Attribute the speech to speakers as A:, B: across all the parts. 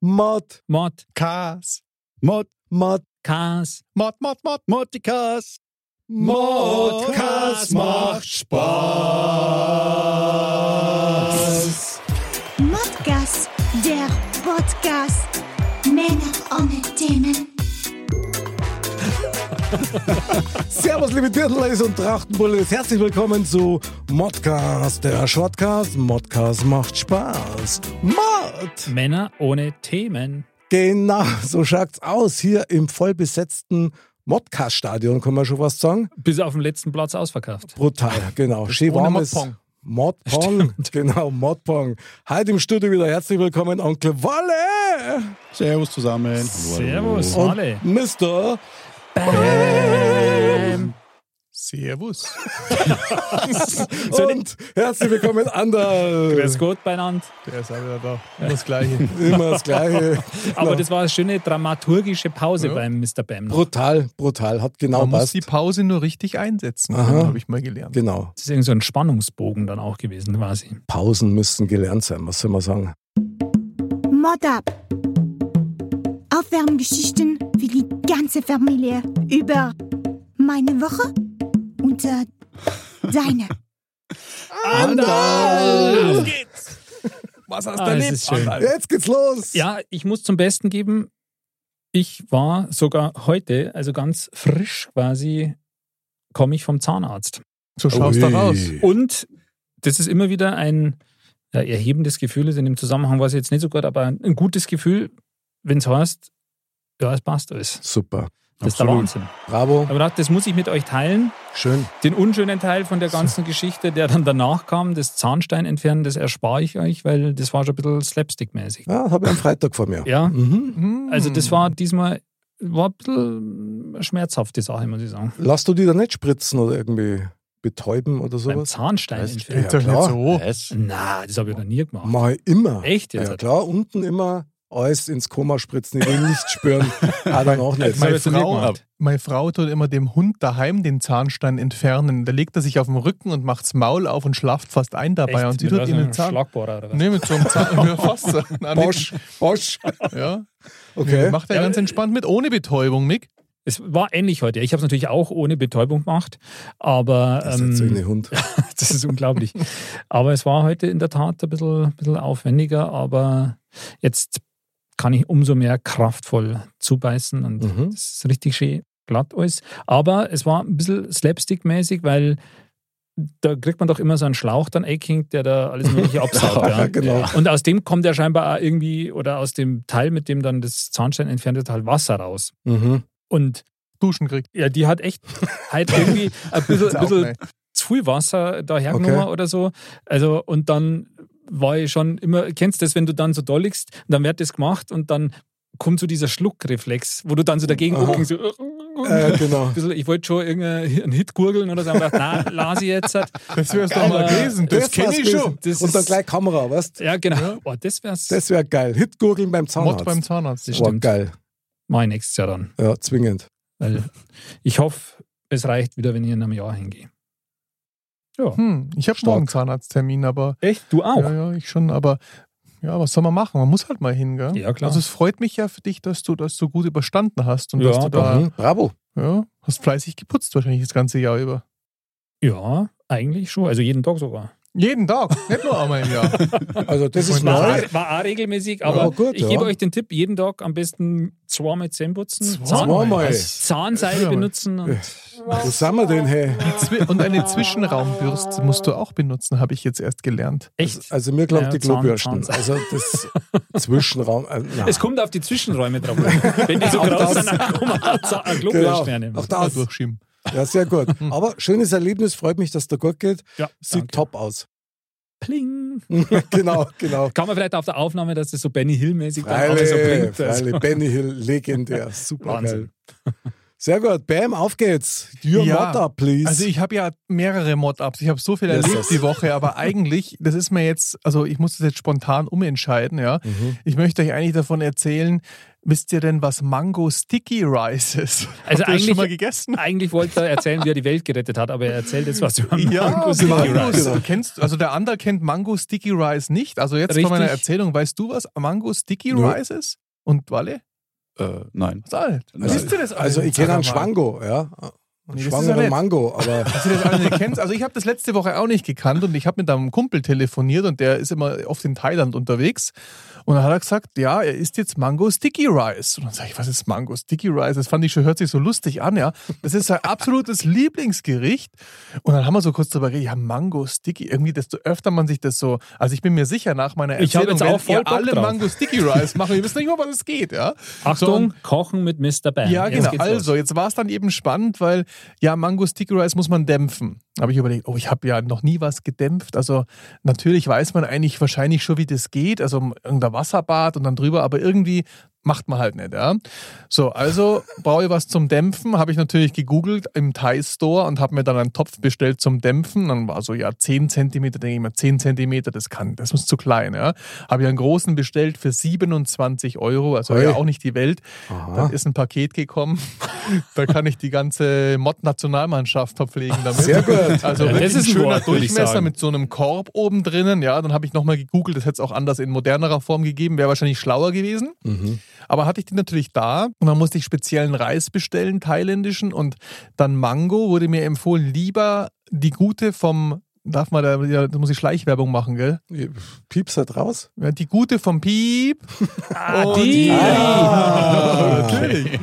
A: Mod,
B: Mod,
A: Kas. Mod, Mod,
B: Cars,
A: Mod, Mod, Mod, Modikas. Modcast macht Spaß.
C: Modcast, der Podcast. Männer ohne Themen.
A: Servus, liebe Dirndl-Ladies und Trachtenbullis. Herzlich willkommen zu Modcast, der Shortcast. Modcast macht Spaß. Mod!
B: Männer ohne Themen.
A: Genau, so schaut's aus. Hier im vollbesetzten Modcast-Stadion, kann man schon was sagen.
B: Bis auf den letzten Platz ausverkauft.
A: Brutal, genau. Schön
B: ohne
A: warmes.
B: Modpong.
A: Modpong, genau, Modpong. Heute im Studio wieder herzlich willkommen, Onkel Walle
D: Servus zusammen.
B: Servus,
A: und
B: alle.
A: Mr.
B: Ähm.
D: Servus.
A: Und herzlich willkommen, Anderl.
B: Grüß Gott beieinander.
D: Der ist auch wieder da. Und das Gleiche.
A: Immer das Gleiche.
B: Aber das war eine schöne dramaturgische Pause
D: Ja.
B: beim Mr. Bam. noch.
A: Brutal, brutal, hat genau
D: Man muss
A: passt.
D: die Pause nur richtig einsetzen,
A: Aha.
D: habe ich mal gelernt.
A: Genau,
B: Das ist irgendwie so ein Spannungsbogen dann auch gewesen quasi.
A: Pausen müssen gelernt sein, was soll man sagen?
C: Mod ab. Aufwärmgeschichten für die ganze Familie über meine Woche und äh, deine.
A: Anderl!
D: Was hast
B: Ah, es ist schön.
A: Jetzt geht's los!
B: Ja, ich muss zum Besten geben, ich war sogar heute, also ganz frisch quasi, komme ich vom Zahnarzt.
D: So schaust du
A: Ui.
D: raus.
B: Und das ist immer wieder ein ja, erhebendes Gefühl, ist in dem Zusammenhang war es jetzt nicht so gut, aber ein gutes Gefühl, wenn es heißt, ja, es passt alles.
A: Super,
B: Das ist der
A: Absolut.
B: Wahnsinn.
A: bravo,
B: Aber ich dachte, das muss ich mit euch teilen.
A: schön.
B: Den unschönen Teil von der ganzen Geschichte, der dann danach kam, das Zahnstein entfernen, das erspare ich euch, weil das war schon ein bisschen slapstick-mäßig.
A: Ja, habe ich am Freitag vor mir.
B: Ja,
A: Mhm.
B: also das war diesmal war ein bisschen schmerzhaft, die Sache, muss ich sagen.
A: Lass du die da nicht spritzen oder irgendwie betäuben oder
B: Beim
A: sowas?
B: Zahnstein entfernen.
D: Geht doch
A: klar.
D: nicht so.
B: Na, das habe ich noch nie gemacht.
A: Mach ich immer.
B: Echt jetzt?
A: Ja klar, unten immer alles ins Koma spritzen, ich will nicht spüren. Ah, dann auch nicht.
B: Das habe
D: Meine
B: ich noch nie
D: Frau,
B: gemacht.
D: meine Frau tut immer dem Hund daheim den Zahnstein entfernen. Da legt er sich auf den Rücken und macht's Maul auf und schlaft fast ein dabei.
B: Echt?
D: Und sie
B: Mit
D: tut
B: was,
D: ihm
B: einem
D: den Zahn.
B: Schlagbohrer oder was?
D: Nee, mit so einem Zahn. Ja, fast so. Nein,
A: Bosch, Bosch.
D: nicht. Ja.
A: Okay.
D: Macht er
B: Ja,
D: ganz
B: äh,
D: entspannt mit, ohne Betäubung, Mick.
B: Es war ähnlich heute. Ich habe es natürlich auch ohne Betäubung gemacht, aber
A: Das ist jetzt so
B: ähm,
A: ein Hund.
B: das ist unglaublich. aber es war heute in der Tat ein bisschen, bisschen aufwendiger, aber jetzt kann ich umso mehr kraftvoll zubeißen und
A: Mhm.
B: es ist richtig schön glatt alles. Aber es war ein bisschen slapstick-mäßig, weil da kriegt man doch immer so einen Schlauch dann eckingt, der da alles mögliche absaugt. ja.
A: Ja, genau.
B: Ja. Und aus dem kommt ja scheinbar auch irgendwie, oder aus dem Teil, mit dem dann das Zahnstein entfernt wird, halt Wasser raus.
A: Mhm.
B: Und
D: Duschen kriegt.
B: ja, die hat echt halt irgendwie ein bisschen,
D: Ist
B: ein
D: auch
B: bisschen
D: nicht.
B: zu viel Wasser da hergenommen
A: Okay.
B: oder so. Also, und dann war ich schon immer, kennst du das, wenn du dann so da liegst, und dann wird das gemacht und dann kommt so dieser Schluckreflex, wo du dann so dagegen
A: Aha.
B: guckst, so,
A: Äh, genau.
B: ein bisschen, ich wollte schon irgendeinen Hit gurgeln oder so, aber dachte, nein, las ich jetzt. halt.
D: Das wär's doch mal
B: Aber-
D: gewesen. Das,
A: war's
D: kenne ich
A: gewesen.
D: schon.
B: Das
A: Und dann
B: ist-
A: gleich Kamera, weißt du?
B: Ja, genau. Boah, das wär's. Das
A: Das wäre geil. Hitgurgeln beim Zahnarzt.
D: Mord beim Zahnarzt.
B: Das
A: Boah,
B: stimmt.
A: geil.
B: mach ich nächstes Jahr dann.
A: Ja, zwingend.
B: Weil ich hoffe, es reicht wieder, wenn ich in einem Jahr hingehe. Ja.
D: Hm, ich habe
A: Stark.
D: morgen Zahnarzttermin, aber
B: Echt? Du auch?
D: ja, ja, ich schon, aber ja, was soll man machen? Man muss halt mal hin, gell?
B: Ja, klar.
D: Also es freut mich ja für dich, dass du das so gut überstanden hast und
B: Ja,
D: dass du da
B: Ah.
A: Mhm. Bravo.
D: ja, hast fleißig geputzt wahrscheinlich das ganze Jahr über.
B: Ja, eigentlich schon. Also jeden Tag sogar.
D: Jeden Tag, nicht nur einmal im Jahr.
A: Also das ist
B: War,
A: neu.
B: auch- war auch regelmäßig, aber
A: Ja, gut,
B: ich
A: ja.
B: gebe euch den Tipp, jeden Tag am besten zweimal Zähne putzen, Zahn,
A: Zweimal.
B: Zahnseide benutzen und
A: Wo sind wir denn, hey?
D: Zwi- Und eine Zwischenraumbürste musst du auch benutzen, habe ich jetzt erst gelernt.
B: echt.
A: Also mir glaubt
B: Ja,
A: die
B: Zahn-
A: Globürsten.
B: Zahn-
A: Also das Zwischenraum. äh, na.
B: Es kommt auf die Zwischenräume drauf. an. Wenn die so
A: Auch
B: groß
A: das.
B: sind, dann kann man auch Zahn- einen
A: genau.
B: Globürstern nehmen.
A: Auch
D: Mal
A: das.
D: durchschieben.
A: Ja, sehr gut. Aber schönes Erlebnis, freut mich, dass da gut geht.
B: Ja,
A: Sieht
B: danke.
A: top aus.
B: Pling.
A: genau, genau.
B: Kann man vielleicht auf der Aufnahme, dass das so Benny Hill-mäßig dann auch so
A: Freilich,
B: blinkt.
A: Freilich. Benny Hill, legendär. Super geil.
B: Wahnsinn.
A: Sehr gut, Bam, auf geht's. Your
D: Ja.
A: Mod-Up, please.
D: Also ich habe ja mehrere Mod-Ups. Ich habe so viel
A: Yes,
D: erlebt
A: yes.
D: die Woche, aber eigentlich, das ist mir jetzt, also ich muss das jetzt spontan umentscheiden, ja.
A: Mhm.
D: Ich möchte euch eigentlich davon erzählen, wisst ihr denn, was Mango Sticky Rice ist?
B: Also
D: Habt ihr das
B: eigentlich-
D: schon mal gegessen?
B: Eigentlich wollte er erzählen, wie er die Welt gerettet hat, aber er erzählt jetzt was über
D: Ja,
B: Markus
D: Mango,
B: Rice.
D: Mango kennst, also der andere kennt Mango Sticky Rice nicht. Also jetzt
B: Richtig.
D: von meiner Erzählung, weißt du, was Mango Sticky
A: Nö.
D: Rice ist? Und Walle?
E: Äh, nein.
D: Was alt?
E: Also-
D: Wisst ihr das alle?
A: Also ich kenne
D: Sag
A: einen
D: mal.
A: Schwango, ja. Einen
D: Nee, das ist ja
A: Schwangeren
D: nett.
A: Mango, aber
D: Dass ihr das alle nicht kennt. Also ich habe das letzte Woche auch nicht gekannt und ich habe mit einem Kumpel telefoniert und der ist immer oft in Thailand unterwegs. Und dann hat er gesagt, ja, er isst jetzt Mango Sticky Rice. Und dann sage ich, was ist Mango Sticky Rice? Das fand ich schon, hört sich so lustig an, ja. Das ist sein absolutes Lieblingsgericht. Und dann haben wir so kurz drüber geredet, ja, Mango Sticky, irgendwie, desto öfter man sich das so, also ich bin mir sicher, nach meiner
B: Ich hab
D: Erzählung,
B: jetzt auch voll
D: wenn ihr
B: Bock
D: alle
B: drauf.
D: Mango Sticky Rice machen, ihr wisst nicht mal, was es geht, ja.
B: Achtung, kochen mit Mr. Bam.
D: Ja, genau.
B: Jetzt geht's los.
D: Also, jetzt war es dann eben spannend, weil ja, Mango Sticky Rice muss man dämpfen. Da habe ich überlegt, oh, ich habe ja noch nie was gedämpft. Also, natürlich weiß man eigentlich wahrscheinlich schon, wie das geht. Also, irgendein Wasserbad und dann drüber, aber irgendwie macht man halt nicht, ja. So, also brauche ich was zum Dämpfen. Habe ich natürlich gegoogelt im Thai Store und habe mir dann einen Topf bestellt zum Dämpfen. Dann war so, ja, 10 Zentimeter, denke ich mir, 10 Zentimeter, das kann, das ist zu klein, ja. Habe ich einen großen bestellt für 27 Euro, also
A: Ui.
D: ja auch nicht die Welt. Dann ist ein Paket gekommen. da kann ich die ganze Mod-Nationalmannschaft verpflegen damit.
A: Sehr gut.
D: Also
B: Ja,
D: wirklich
B: das ist
D: ein
B: ein
D: schöner
B: Wort, würd ich
D: Durchmesser
B: sagen.
D: mit so einem Korb oben drinnen. Ja, dann habe ich nochmal gegoogelt, das hätte es auch anders in modernerer Form gegeben, wäre wahrscheinlich schlauer gewesen.
B: Mhm.
D: Aber hatte ich den natürlich da und dann musste ich speziellen Reis bestellen, thailändischen und dann Mango wurde mir empfohlen, lieber die gute vom, darf man da, ja, da muss ich Schleichwerbung machen, gell?
A: pieps halt raus.
D: Ja, die gute vom Piep.
B: Ah,
D: Und-
B: die.
D: Ah, natürlich.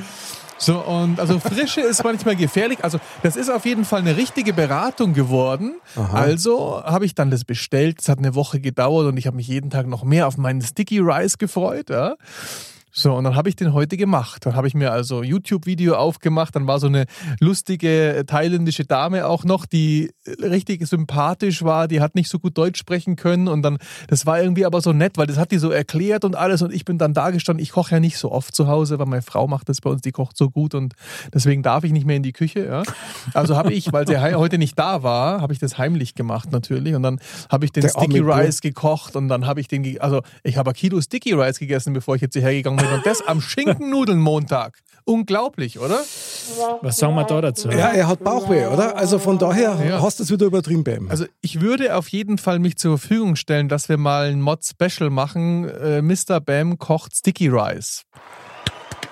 D: So, und also Frische ist manchmal gefährlich. Also, das ist auf jeden Fall eine richtige Beratung geworden. Also habe ich dann das bestellt. Es hat eine Woche gedauert und ich habe mich jeden Tag noch mehr auf meinen Sticky Rice gefreut. Ja. So, und dann habe ich den heute gemacht. Dann habe ich mir also YouTube-Video aufgemacht. Dann war so eine lustige äh, thailändische Dame auch noch, die äh, richtig sympathisch war. Die hat nicht so gut Deutsch sprechen können. Und dann, das war irgendwie aber so nett, weil das hat die so erklärt und alles. Und ich bin dann da gestanden. Ich koche ja nicht so oft zu Hause, weil meine Frau macht das bei uns. Die kocht so gut und deswegen darf ich nicht mehr in die Küche. Ja. Also habe ich, weil sie hei- heute nicht da war, habe ich das heimlich gemacht natürlich. Und dann habe ich den
A: Der arme
D: Sticky
A: Bub.
D: Rice gekocht und dann habe ich den, ge- also ich habe Kilo Sticky Rice gegessen, bevor ich jetzt hierher gegangen bin und das am Schinkennudeln-Montag. Unglaublich, oder?
B: Was sagen wir da dazu?
A: Ja, er hat Bauchweh, oder? Also von daher
D: Ja.
A: hast du es wieder übertrieben, Bam.
D: Also ich würde auf jeden Fall mich zur Verfügung stellen, dass wir mal ein Mod-Special machen. Äh, Mr. Bam kocht Sticky Rice.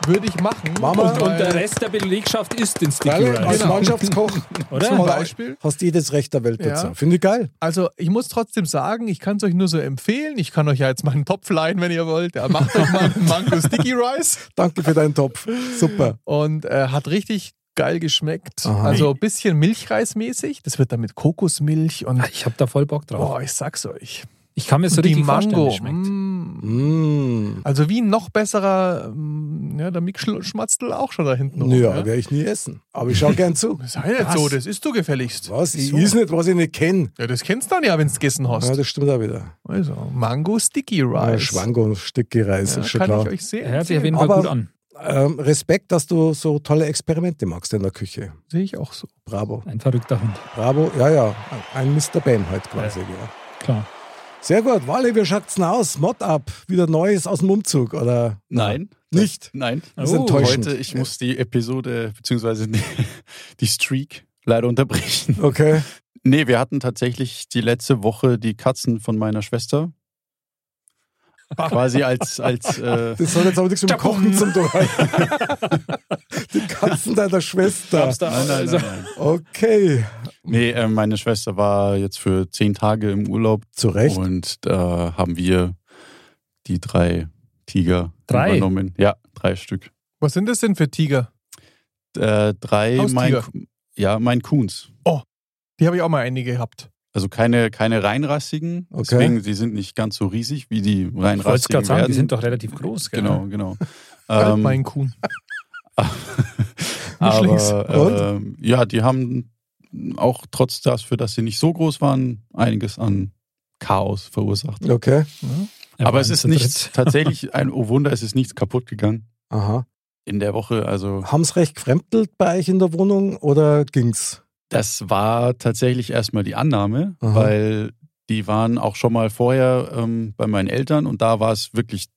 D: Würde ich machen.
A: Mama.
D: weil-
B: Und der Rest der Belegschaft ist den Sticky
A: Weil als
B: Rice.
D: Genau.
A: Mannschaftskoch
B: Oder?
A: zum
D: Beispiel.
A: hast du jedes Recht der Welt
D: Ja.
A: dazu. Finde ich geil.
D: Also ich muss trotzdem sagen, ich kann es euch nur so empfehlen. Ich kann euch ja jetzt mal einen Topf leihen, wenn ihr wollt. Ja, macht euch mal einen Mango Sticky Rice.
A: Danke für deinen Topf. Super.
D: und äh, hat richtig geil geschmeckt.
A: Aha.
D: Also ein bisschen milchreismäßig. Das wird dann mit Kokosmilch und
B: Ich habe da voll Bock drauf.
D: boah, ich sag's euch.
B: Ich kann mir so
D: die
B: richtig
D: Mango.
B: vorstellen, wie es schmeckt.
D: mm.
A: Mm.
D: Also wie ein noch besserer, mm, ja, der Mick Schl- Schmatzl auch schon da hinten rum.
A: Ja,
D: ja.
A: werde ich nie essen. Aber ich schaue gern zu.
D: Sei nicht so, das ist du gefälligst.
A: Was? Ich
D: so.
A: is nicht, was ich nicht kenne.
D: Ja, das kennst du dann ja, wenn du gegessen hast.
A: Ja, das stimmt auch wieder.
D: Also, Mango Sticky
A: Ja,
D: Rice.
A: Schwango und Stücke Reis,
D: ja,
A: ist schon
D: kann
A: klar.
D: ich euch sehr
B: Hört sich auf jeden
D: empfehlen.
B: Fall
A: Aber-
B: gut an.
A: Ähm, Respekt, dass du so tolle Experimente machst in der Küche.
D: Sehe ich auch so.
A: Bravo.
B: Ein verrückter Hund,
A: Bravo. Ja, ja. Ein Mr. Bam halt quasi. Ja.
B: klar.
A: Sehr gut. Wally, wie schaut's denn aus? Mod up. Wieder Neues aus dem Umzug, oder?
E: Nein.
A: Nicht?
E: Nein.
A: Das ist
B: Oh.
A: enttäuschend.
E: Heute, ich muss die Episode, beziehungsweise die, die Streak leider unterbrechen.
A: Okay.
E: Nee, wir hatten tatsächlich die letzte Woche die Katzen von meiner Schwester. Quasi als, als äh,
A: Das soll jetzt aber nichts mit dem
E: Tabum.
A: Kochen zum tun haben. Die Katzen deiner Schwester.
B: Gab's da-
E: Nein, nein,
B: also-
E: nein, nein.
A: Okay.
E: Nee, äh, meine Schwester war jetzt für zehn Tage im Urlaub
A: Zu Recht.
E: und da haben wir die drei Tiger
B: Drei?
E: übernommen. Ja, drei Stück.
D: Was sind das denn für Tiger?
E: Äh, drei mein,
D: Haustiger.
E: ja, mein Kuhns.
D: Die habe ich auch mal einige gehabt.
E: Also keine, keine reinrassigen,
A: Okay.
E: deswegen sie sind nicht ganz so riesig wie die
B: Ich wollte es
E: reinrassigen
B: gerade sagen,
E: werden.
B: die sind doch relativ groß. Gell?
E: genau, genau.
D: Halt
E: Ähm,
D: mein Kuhn. Mischlings.
E: aber, ähm, ja, die haben auch trotz das, für das sie nicht so groß waren, einiges an
D: Chaos verursacht.
A: Okay.
B: Wir
E: Aber
B: waren
E: es ist
B: zu
E: nichts,
B: dritt.
E: tatsächlich ein Oh Wunder, es ist nichts kaputt gegangen
A: Aha.
E: in der Woche. Also
A: Haben's recht gefremdelt bei euch in der Wohnung oder ging's?
E: das war tatsächlich erstmal die Annahme,
A: Aha.
E: weil die waren auch schon mal vorher ähm, bei meinen Eltern und da war es wirklich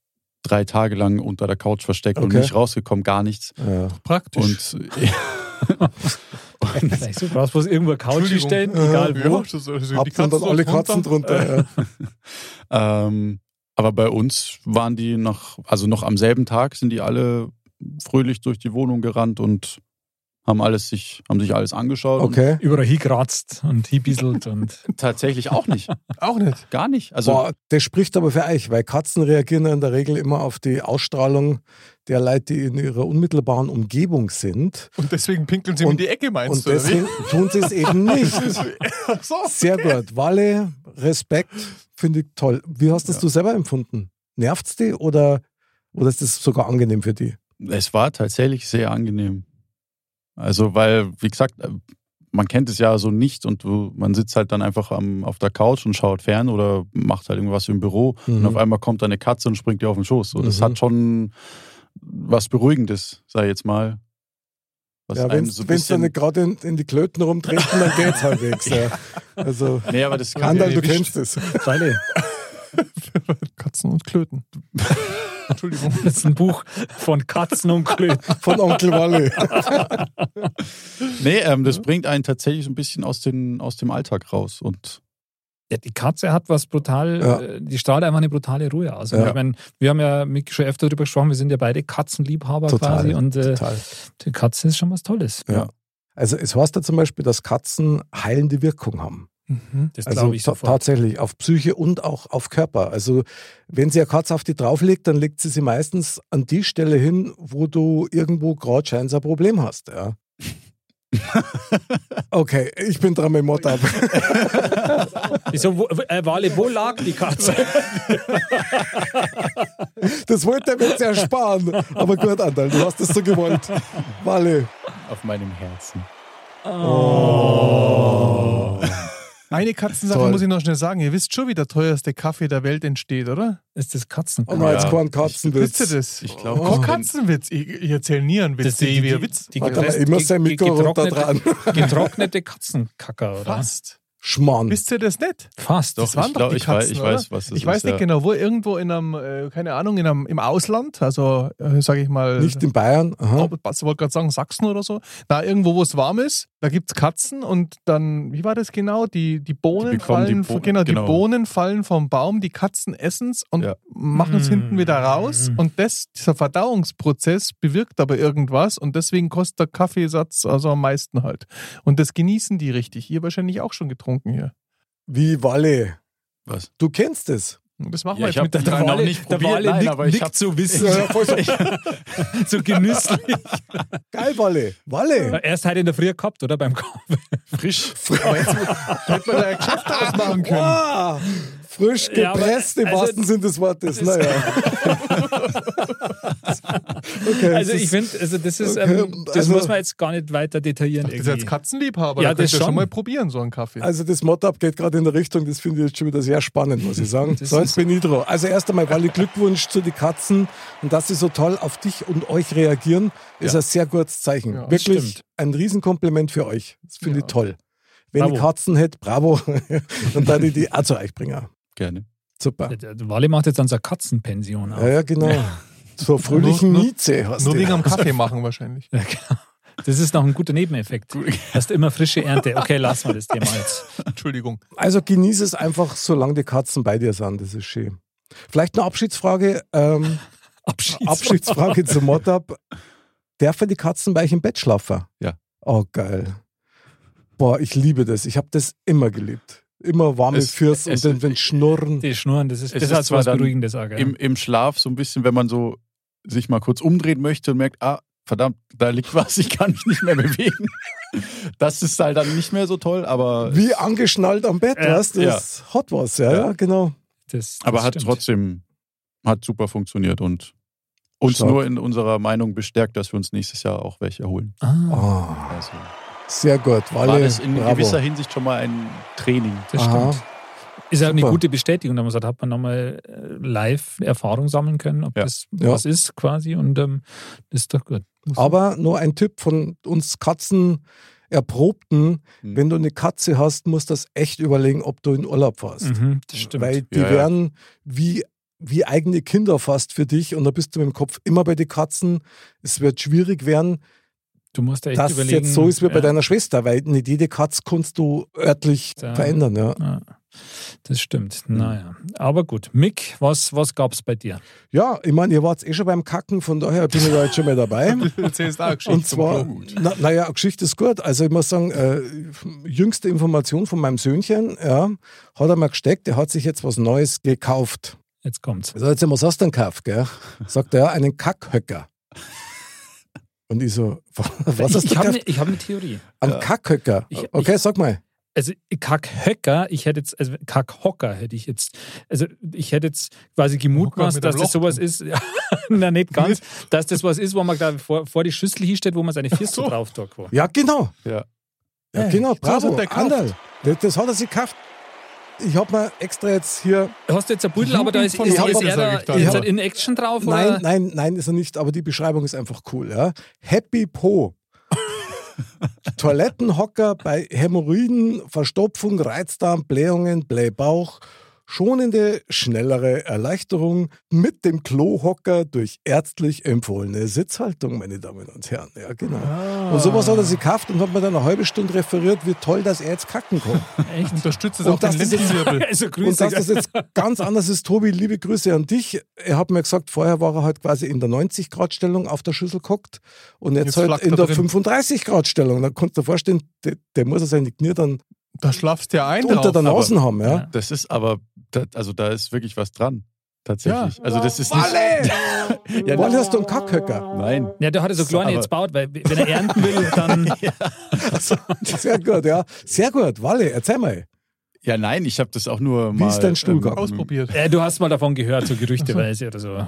E: drei Tage lang unter der Couch versteckt und
A: Okay.
E: nicht rausgekommen, gar nichts.
A: Ja.
D: Praktisch.
E: Und, und
B: Vielleicht so, Du brauchst bloß irgendwo eine Couch
D: Entschuldigung.
B: stellen,
A: Äh,
B: egal wo.
D: Ja, das- also die
A: Habt ihr dann
D: Katzen
A: alle
D: doch runter.
A: Katzen drunter? ja.
E: Ähm, aber bei uns waren die noch, also noch am selben Tag sind die alle fröhlich durch die Wohnung gerannt und haben alles sich, haben sich alles angeschaut.
A: Okay.
B: Überall hingekratzt und hiebiselt und
E: Und tatsächlich auch nicht.
D: Auch nicht.
E: Gar nicht. Also
A: Boah, das spricht aber für euch, weil Katzen reagieren ja in der Regel immer auf die Ausstrahlung der Leute, die in ihrer unmittelbaren Umgebung sind.
D: Und deswegen pinkeln sie ihm in die Ecke,
A: Und
D: meinst du? oder wie?
A: deswegen tun sie es eben nicht.
D: Ach so.
A: Sehr gut. Walle, Respekt, finde ich toll. Wie hast das du selber empfunden? Nervt's die oder, oder ist das sogar angenehm für die?
E: es war tatsächlich sehr angenehm. Also, weil, wie gesagt, man kennt es ja so nicht und du, man sitzt halt dann einfach am, auf der Couch und schaut fern oder macht halt irgendwas im Büro und
A: Mhm.
E: auf einmal kommt da eine Katze und springt dir auf den Schoß. So, das
A: Mhm.
E: hat schon was Beruhigendes, sei jetzt mal. Was
A: ja,
E: einem
A: wenn
E: so ein
A: wenn's dann
E: bisschen,
A: nicht gerade in, in die Klöten rumtreten, dann geht's halbwegs. Ja. Also,
E: nee, aber das kann
A: Randall, du
D: erwischt.
A: kennst es.
B: Weile.
D: Katzen und Klöten. Entschuldigung.
B: Das ist ein Buch von Katzen und Klöten.
A: Von Onkel Walle.
E: nee, ähm, das bringt einen tatsächlich so ein bisschen aus, den, aus dem Alltag raus und
B: Ja, die Katze hat was brutal,
A: Ja.
B: äh, die strahlt einfach eine brutale Ruhe aus. Und
A: Ja.
B: Ich meine, wir haben ja Mick schon öfter darüber gesprochen, wir sind ja beide Katzenliebhaber
A: Total,
B: quasi und äh,
A: Total.
B: die Katze ist schon was Tolles.
A: Ja. Also es heißt ja zum Beispiel, dass Katzen heilende Wirkung haben.
B: Das
A: also
B: glaube ich
A: ta-
B: sofort.
A: tatsächlich auf Psyche und auch auf Körper. Also wenn sie eine Katze auf die drauf legt, dann legt sie sie meistens an die Stelle hin, wo du irgendwo gerade scheinbar ein Problem hast. Ja. Okay, ich bin dran mit dem Mod ab.
B: Wieso, wo, äh, Wale, wo lag die Katze?
A: Das wollte er mir jetzt ersparen. Aber gut, Andal, du hast es so gewollt. Walle.
E: auf meinem Herzen.
D: Eine Katzensache
A: Toll.
D: muss ich noch schnell sagen. Ihr wisst schon, wie der teuerste Kaffee der Welt entsteht, oder?
B: Ist das Katzen?
A: Oh nein, jetzt
E: Ja,
A: kein
D: Wisst ihr
A: Katzenwitz.
D: das?
E: Ich glaube,
D: oh,
E: das-
D: Katzenwitz. Ich, ich erzähle nie einen Witz.
B: die,
D: wie
B: die,
D: ein Witz.
B: die
A: Warte mal,
B: gepresst-
A: ich muss sein
B: ge- ge-
A: Mikro runter
B: getrocknete, getrocknete Katzenkacker, oder?
D: Fast.
A: Schmarrn.
D: Wisst ihr das nicht?
B: Fast.
E: Doch,
D: Das waren
E: ich
D: doch
E: glaub,
D: die
E: ich weiß-
D: Katzen,
E: ich weiß,
D: oder?
E: was das
D: Ich weiß
E: ist,
D: nicht
E: ja.
D: genau, wo irgendwo in einem, äh, keine Ahnung, in einem, im Ausland, also äh, sage ich mal,
A: Nicht in Bayern. Aha.
D: Oh, ich wollte gerade sagen, Sachsen oder so. Da irgendwo, wo es warm ist, da gibt es Katzen und dann, wie war das genau? Die, die Bohnen
E: Die bekommen die
D: fallen,
E: Bohnen,
D: genau,
E: genau.
D: die Bohnen fallen vom Baum, die Katzen essen's und
E: Ja.
D: machen es
B: Mm.
D: hinten wieder raus. Und das, dieser Verdauungsprozess bewirkt aber irgendwas und deswegen kostet der Kaffeesatz also am meisten halt. Und das genießen die richtig. Ihr wahrscheinlich auch schon getrunken hier.
A: Wie Walle.
E: Was?
A: Du kennst es.
D: Und das machen
E: Ja,
D: wir
E: ich
D: jetzt
E: hab
D: mit
E: genau.
D: der
E: den Wein
D: Tra-
E: auch nicht probiert, nein, aber ich hab-
B: so wissen. so genüsslich.
A: Geil, Walle. Walle.
B: Erst heute in der Früh gehabt, oder? Beim Kaffee.
D: genau.
E: Frisch.
D: Aber jetzt hätte man da ein Geschäft draus machen
E: Genau.
D: können.
A: Ah, frisch
B: Ja, aber-
A: gepresst im
B: also-
A: wahrsten Sinn des Wortes. Naja. okay,
B: Also
A: das
B: ich
A: ist-
B: finde, also das ist,
A: Okay,
B: ähm, das
A: also-
B: muss man jetzt gar nicht weiter detaillieren.
D: Das ist jetzt
B: irgendwie.
D: Katzenliebhaber,
B: Ja,
D: da könnt
B: das
D: ihr schon
B: schon.
D: mal probieren, so einen Kaffee.
A: also das Mod-Up geht gerade in der Richtung, das finde ich jetzt schon wieder sehr spannend, muss ich sagen.
B: Das
A: So, jetzt
B: ist-
A: bin ich dran. Also erst einmal, Walle, Glückwunsch zu den Katzen und dass sie so toll auf dich und euch reagieren, ist ein sehr gutes Zeichen.
D: Ja,
A: Wirklich
B: stimmt.
A: ein Riesenkompliment für euch. Das finde ich toll. Wenn
B: Bravo.
A: ich Katzen hätte, bravo, dann würde ich die auch zu euch bringen.
E: Gerne.
A: Super.
B: Der- der Wally macht jetzt dann so eine Katzenpension auf.
A: Ja, ja genau. Zur fröhlichen
D: Nur- nur-
A: Nietzsche hast
D: Nur
A: du.
D: wegen am Kaffee machen wahrscheinlich.
B: Ja, genau. Das ist noch ein guter Nebeneffekt. Hast immer frische Ernte. Okay, lassen wir das Thema jetzt.
D: Entschuldigung.
A: Also genieße es einfach, solange die Katzen bei dir sind. Das ist schön. Vielleicht eine Abschiedsfrage. Ähm,
B: Abschied.
A: Abschiedsfrage zum Mod-Up. Dürfen die Katzen bei euch im Bett schlafen?
E: Ja.
A: Oh, geil. Boah, ich liebe das. Ich habe das immer geliebt. Immer warme
E: Es-
A: Fürs und
E: es-
A: dann, wenn Schnurren.
B: Die Schnurren, das ist, das
E: Es ist
B: hat so was
E: zwar dann
B: Beruhigendes auch, gell?
E: im, im Schlaf so ein bisschen, wenn man so sich mal kurz umdrehen möchte und merkt, ah, verdammt, da liegt was, ich kann mich nicht mehr bewegen. Das ist halt dann nicht mehr so toll, aber,
A: Wie angeschnallt am Bett,
B: Ja,
A: weißt du? Das hat was, ja,
E: Ja.
A: ja, genau.
B: Das- das
E: aber hat
B: stimmt.
E: trotzdem hat super funktioniert und uns
A: Stark.
E: nur in unserer Meinung bestärkt, dass wir uns nächstes Jahr auch welche holen.
B: Ah,
A: Ah,
E: Also
A: sehr gut. Walle,
E: war das in
A: bravo.
E: gewisser Hinsicht schon mal ein Training.
B: das
A: Aha.
B: stimmt. Ist ja eine
A: Super.
B: gute Bestätigung, dass man sagt, hat man nochmal äh, live Erfahrung sammeln können, ob
E: Ja.
B: das
A: Ja.
B: was ist quasi und ähm, das ist doch gut.
A: Aber nur ein Tipp von uns Katzen. Erprobten,
E: Mhm.
A: wenn du eine Katze hast, musst du das echt überlegen, ob du in Urlaub fährst.
B: Mhm, das stimmt.
A: Weil die
E: Ja, ja.
A: werden wie, wie eigene Kinder fast für dich und da bist du mit dem Kopf immer bei den Katzen. Es wird schwierig werden,
B: du musst da echt
A: dass es
B: überlegen.
A: jetzt so ist wie bei
B: ja.
A: deiner Schwester, weil nicht jede Katz kannst du örtlich
B: Da-
A: verändern. Ja.
B: Ja, das stimmt.
D: Hm.
B: Naja. Aber gut. Mick, was, was gab es bei dir?
A: ja, ich meine, ihr wart eh schon beim Kacken, von daher bin ich da jetzt schon mal dabei.
D: Du erzählst auch Geschichten
A: Und
D: vom
A: zwar,
D: Klo.
A: na, naja, Geschichte ist gut. Also ich muss sagen, äh, jüngste Information von meinem Söhnchen, ja, hat er mal gesteckt, der hat sich jetzt was Neues gekauft.
B: Jetzt kommt's.
A: Ich sag, jetzt, was hast du denn gekauft, gell? Sagt er, einen Kackhöcker. Und ich so, was hast du
B: ich habe eine
A: gekauft?
B: hab ne Theorie.
A: Einen Kackhöcker.
B: Ich-
A: Okay, sag mal.
B: Also Kackhöcker, ich hätte jetzt, also Kackhocker hätte ich jetzt, also ich hätte jetzt quasi
D: Hocker
B: gemutmaßt,
D: mit einem
B: dass das
D: Loch
B: sowas ist, na nicht ganz, dass das was ist, wo man da vor, vor die Schüssel hinstellt, wo man seine Fürste
D: so.
B: drauf tut. wo.
A: Ja, genau.
E: Ja.
A: Ja,
B: Äh,
A: genau,
D: so hat
A: bravo,
D: er gekauft.
A: Anderl. Das, das hat er sich gekauft. Ich habe mir extra jetzt hier
B: Hast du jetzt ein Pudel, aber da ist, ist,
D: Hm, Von
B: ist,
D: Leute,
B: er
D: sag
B: da
D: ich da.
B: jetzt
D: Ja.
B: in Action drauf?
A: Nein,
B: oder?
A: nein, nein, ist er nicht, aber die Beschreibung ist einfach cool. Ja? Happy Po. Toilettenhocker bei Hämorrhoiden, Verstopfung, Reizdarm, Blähungen, Blähbauch. Schonende, schnellere Erleichterung mit dem Klohocker durch ärztlich empfohlene Sitzhaltung, meine Damen und Herren. Ja, genau.
B: Ah.
A: Und sowas hat er sich gekauft und hat mir dann eine halbe Stunde referiert, wie toll, dass er jetzt kacken kann.
B: Echt?
D: Unterstützt es
A: Und
D: auch den
A: das ist jetzt-
D: Lendenwirbel.
B: Also grüß
A: Und dass
B: dich.
A: das jetzt ganz anders ist, Tobi, liebe Grüße an dich. Er hat mir gesagt, vorher war er halt quasi in der 90-Grad-Stellung auf der Schüssel geguckt und jetzt,
D: Jetzt
A: halt
D: flackt
A: in
D: er
A: der
D: drin.
A: 35-Grad-Stellung. Da kannst du dir vorstellen, der, der muss ja seine Knie dann
D: Da schlafst du ja ein
A: unter
D: drauf.
A: der Nase haben. Ja.
B: Ja.
E: Das ist aber, da, also da ist wirklich was dran. Tatsächlich. Also das ist nicht. ja,
A: Wann hast du einen Kackhöcker?
E: nein.
B: Ja, da hat er so kleine
E: Aber-
B: jetzt baut, weil wenn er ernten will, dann.
A: Sehr gut, ja. Sehr gut, Walle, erzähl mal.
E: Ja, nein, ich habe das auch nur
A: Wie
E: mal. ähm,
A: ist dein Stuhlgang?
D: Ausprobiert.
B: Äh, du hast mal davon gehört, so gerüchteweise oder so.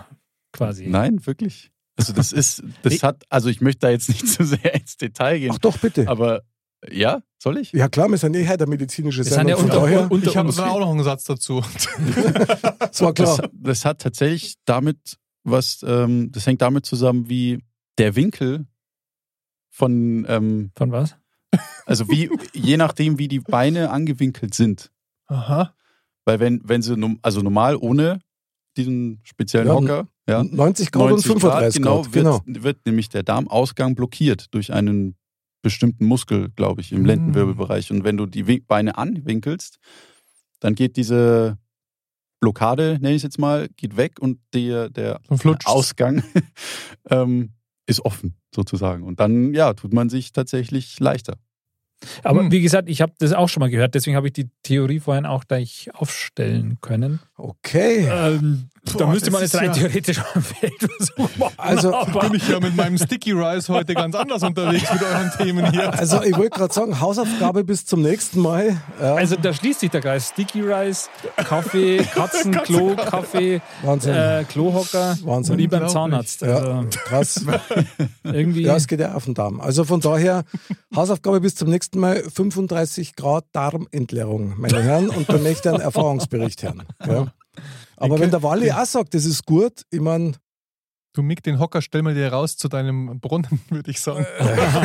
B: Quasi.
E: Nein, wirklich. Also das ist, das hat, also ich möchte da jetzt nicht zu sehr ins Detail gehen.
A: Ach doch, bitte.
E: Aber ja, soll ich?
A: Ja klar, wir sind eh heute der medizinische
B: Wir sind ja
A: Sendung. Von
B: unter,
A: daher,
B: unter
D: Ich habe
B: uns.
D: dann auch noch einen Satz dazu.
A: das war
E: Das,
A: klar.
E: das hat tatsächlich damit was, ähm, das hängt damit zusammen, wie der Winkel von, ähm,
B: Von was?
E: also wie, je nachdem, wie die Beine angewinkelt sind.
D: Aha.
E: Weil wenn, wenn sie, num- also normal ohne diesen speziellen
A: Ja,
E: Hocker, ja,
A: 90 Grad und 35
E: genau,
A: um Grad. Genau.
E: Wird, wird nämlich der Darmausgang blockiert durch einen bestimmten Muskel, glaube ich, im
D: Hm.
E: Lendenwirbelbereich. Und wenn du die Win- Beine anwinkelst, dann geht diese Blockade, nenne ich es jetzt mal, geht weg und der, der
D: Dann flutscht.
E: Ausgang ähm, ist offen, sozusagen. Und dann, ja, tut man sich tatsächlich leichter.
B: Aber
D: Hm.
B: wie gesagt, ich habe das auch schon mal gehört, deswegen habe ich die Theorie vorhin auch gleich aufstellen können.
A: Okay.
B: Ähm, da
D: Boah,
B: müsste man
D: das
B: jetzt rein
D: ist ja-
B: theoretisch am Feldversuch machen.
A: Also,
B: aber
D: Bin ich ja mit meinem Sticky Rice heute ganz anders unterwegs mit euren Themen hier.
A: Also ich wollte gerade sagen, Hausaufgabe bis zum nächsten Mal. Ja,
B: Also da schließt sich der Kreis. Sticky Rice, Kaffee, Katzen, Klo, Kaffee,
A: Wahnsinn.
B: äh, Klohocker
A: Wahnsinn.
B: und ich beim
D: Unglaublich.
B: Zahnarzt.
A: ja,
B: Also
A: krass.
B: irgendwie.
A: Ja, es geht ja auf den Darm. Also von daher, Hausaufgabe bis zum nächsten Mal: 35 Grad Darmentleerung, meine Herren. Und dann möchte ich einen Erfahrungsbericht hören. Ja. Aber wenn der Wally auch sagt, das ist gut, ich meine,
D: Du Mick, den Hocker stell mal dir raus zu deinem Brunnen, würde ich sagen.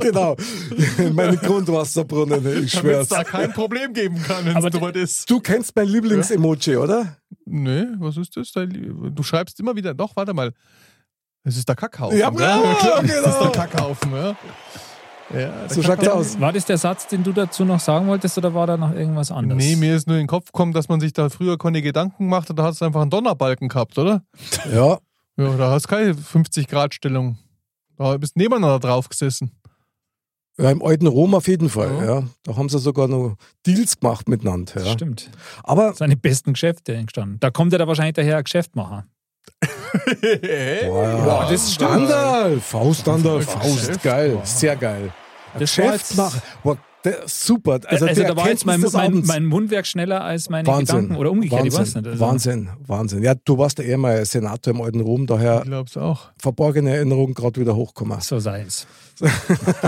A: genau, meine Grundwasserbrunnen, ich
D: Damit es
A: schwör's.
D: da kein Problem geben kann, wenn
B: Aber
D: es soweit ist.
A: Du kennst mein Lieblings-Emoji, oder?
D: Nee, was ist das? dein Lie- Du schreibst immer wieder, doch, warte mal. Es ist der Kackhaufen. ne?
A: Ja, genau,
D: Es ist
A: genau.
D: der Kackhaufen, ja. ja der
A: So schaut's aus.
B: War das der Satz, den du dazu noch sagen wolltest oder war da noch irgendwas anderes?
D: Nee, mir ist nur in den Kopf gekommen, dass man sich da früher keine Gedanken macht und da hast du einfach einen Donnerbalken gehabt, oder?
A: Ja.
D: Ja, da hast du keine 50-Grad-Stellung. Da bist du nebeneinander drauf gesessen.
A: Ja, im alten Rom auf jeden Fall.
D: Ja.
A: Ja. Da haben sie sogar noch Deals gemacht miteinander.
B: Das
A: Ja.
B: stimmt.
A: Aber
B: Seine besten Geschäfte entstanden. Da kommt ja da wahrscheinlich daher ein Geschäftmacher.
A: Boah, das stimmt. Standard. Faust an der Faust. Geil. Sehr geil.
B: Das war jetzt-
A: Geschäftsmacher. Boah, Der, super. Also,
B: Also,
A: der
B: da war jetzt mein,
A: Erkenntnis des
B: mein,
A: Abends.
B: mein Mundwerk schneller als meine Gedanken oder umgekehrt,
A: Wahnsinn,
B: ich weiß nicht. Also,
A: Wahnsinn, Wahnsinn. Ja, du warst ja eh mal Senator im alten Rom, daher
D: Ich glaub's auch.
A: verborgene Erinnerungen gerade wieder hochkommen.
B: So sei es.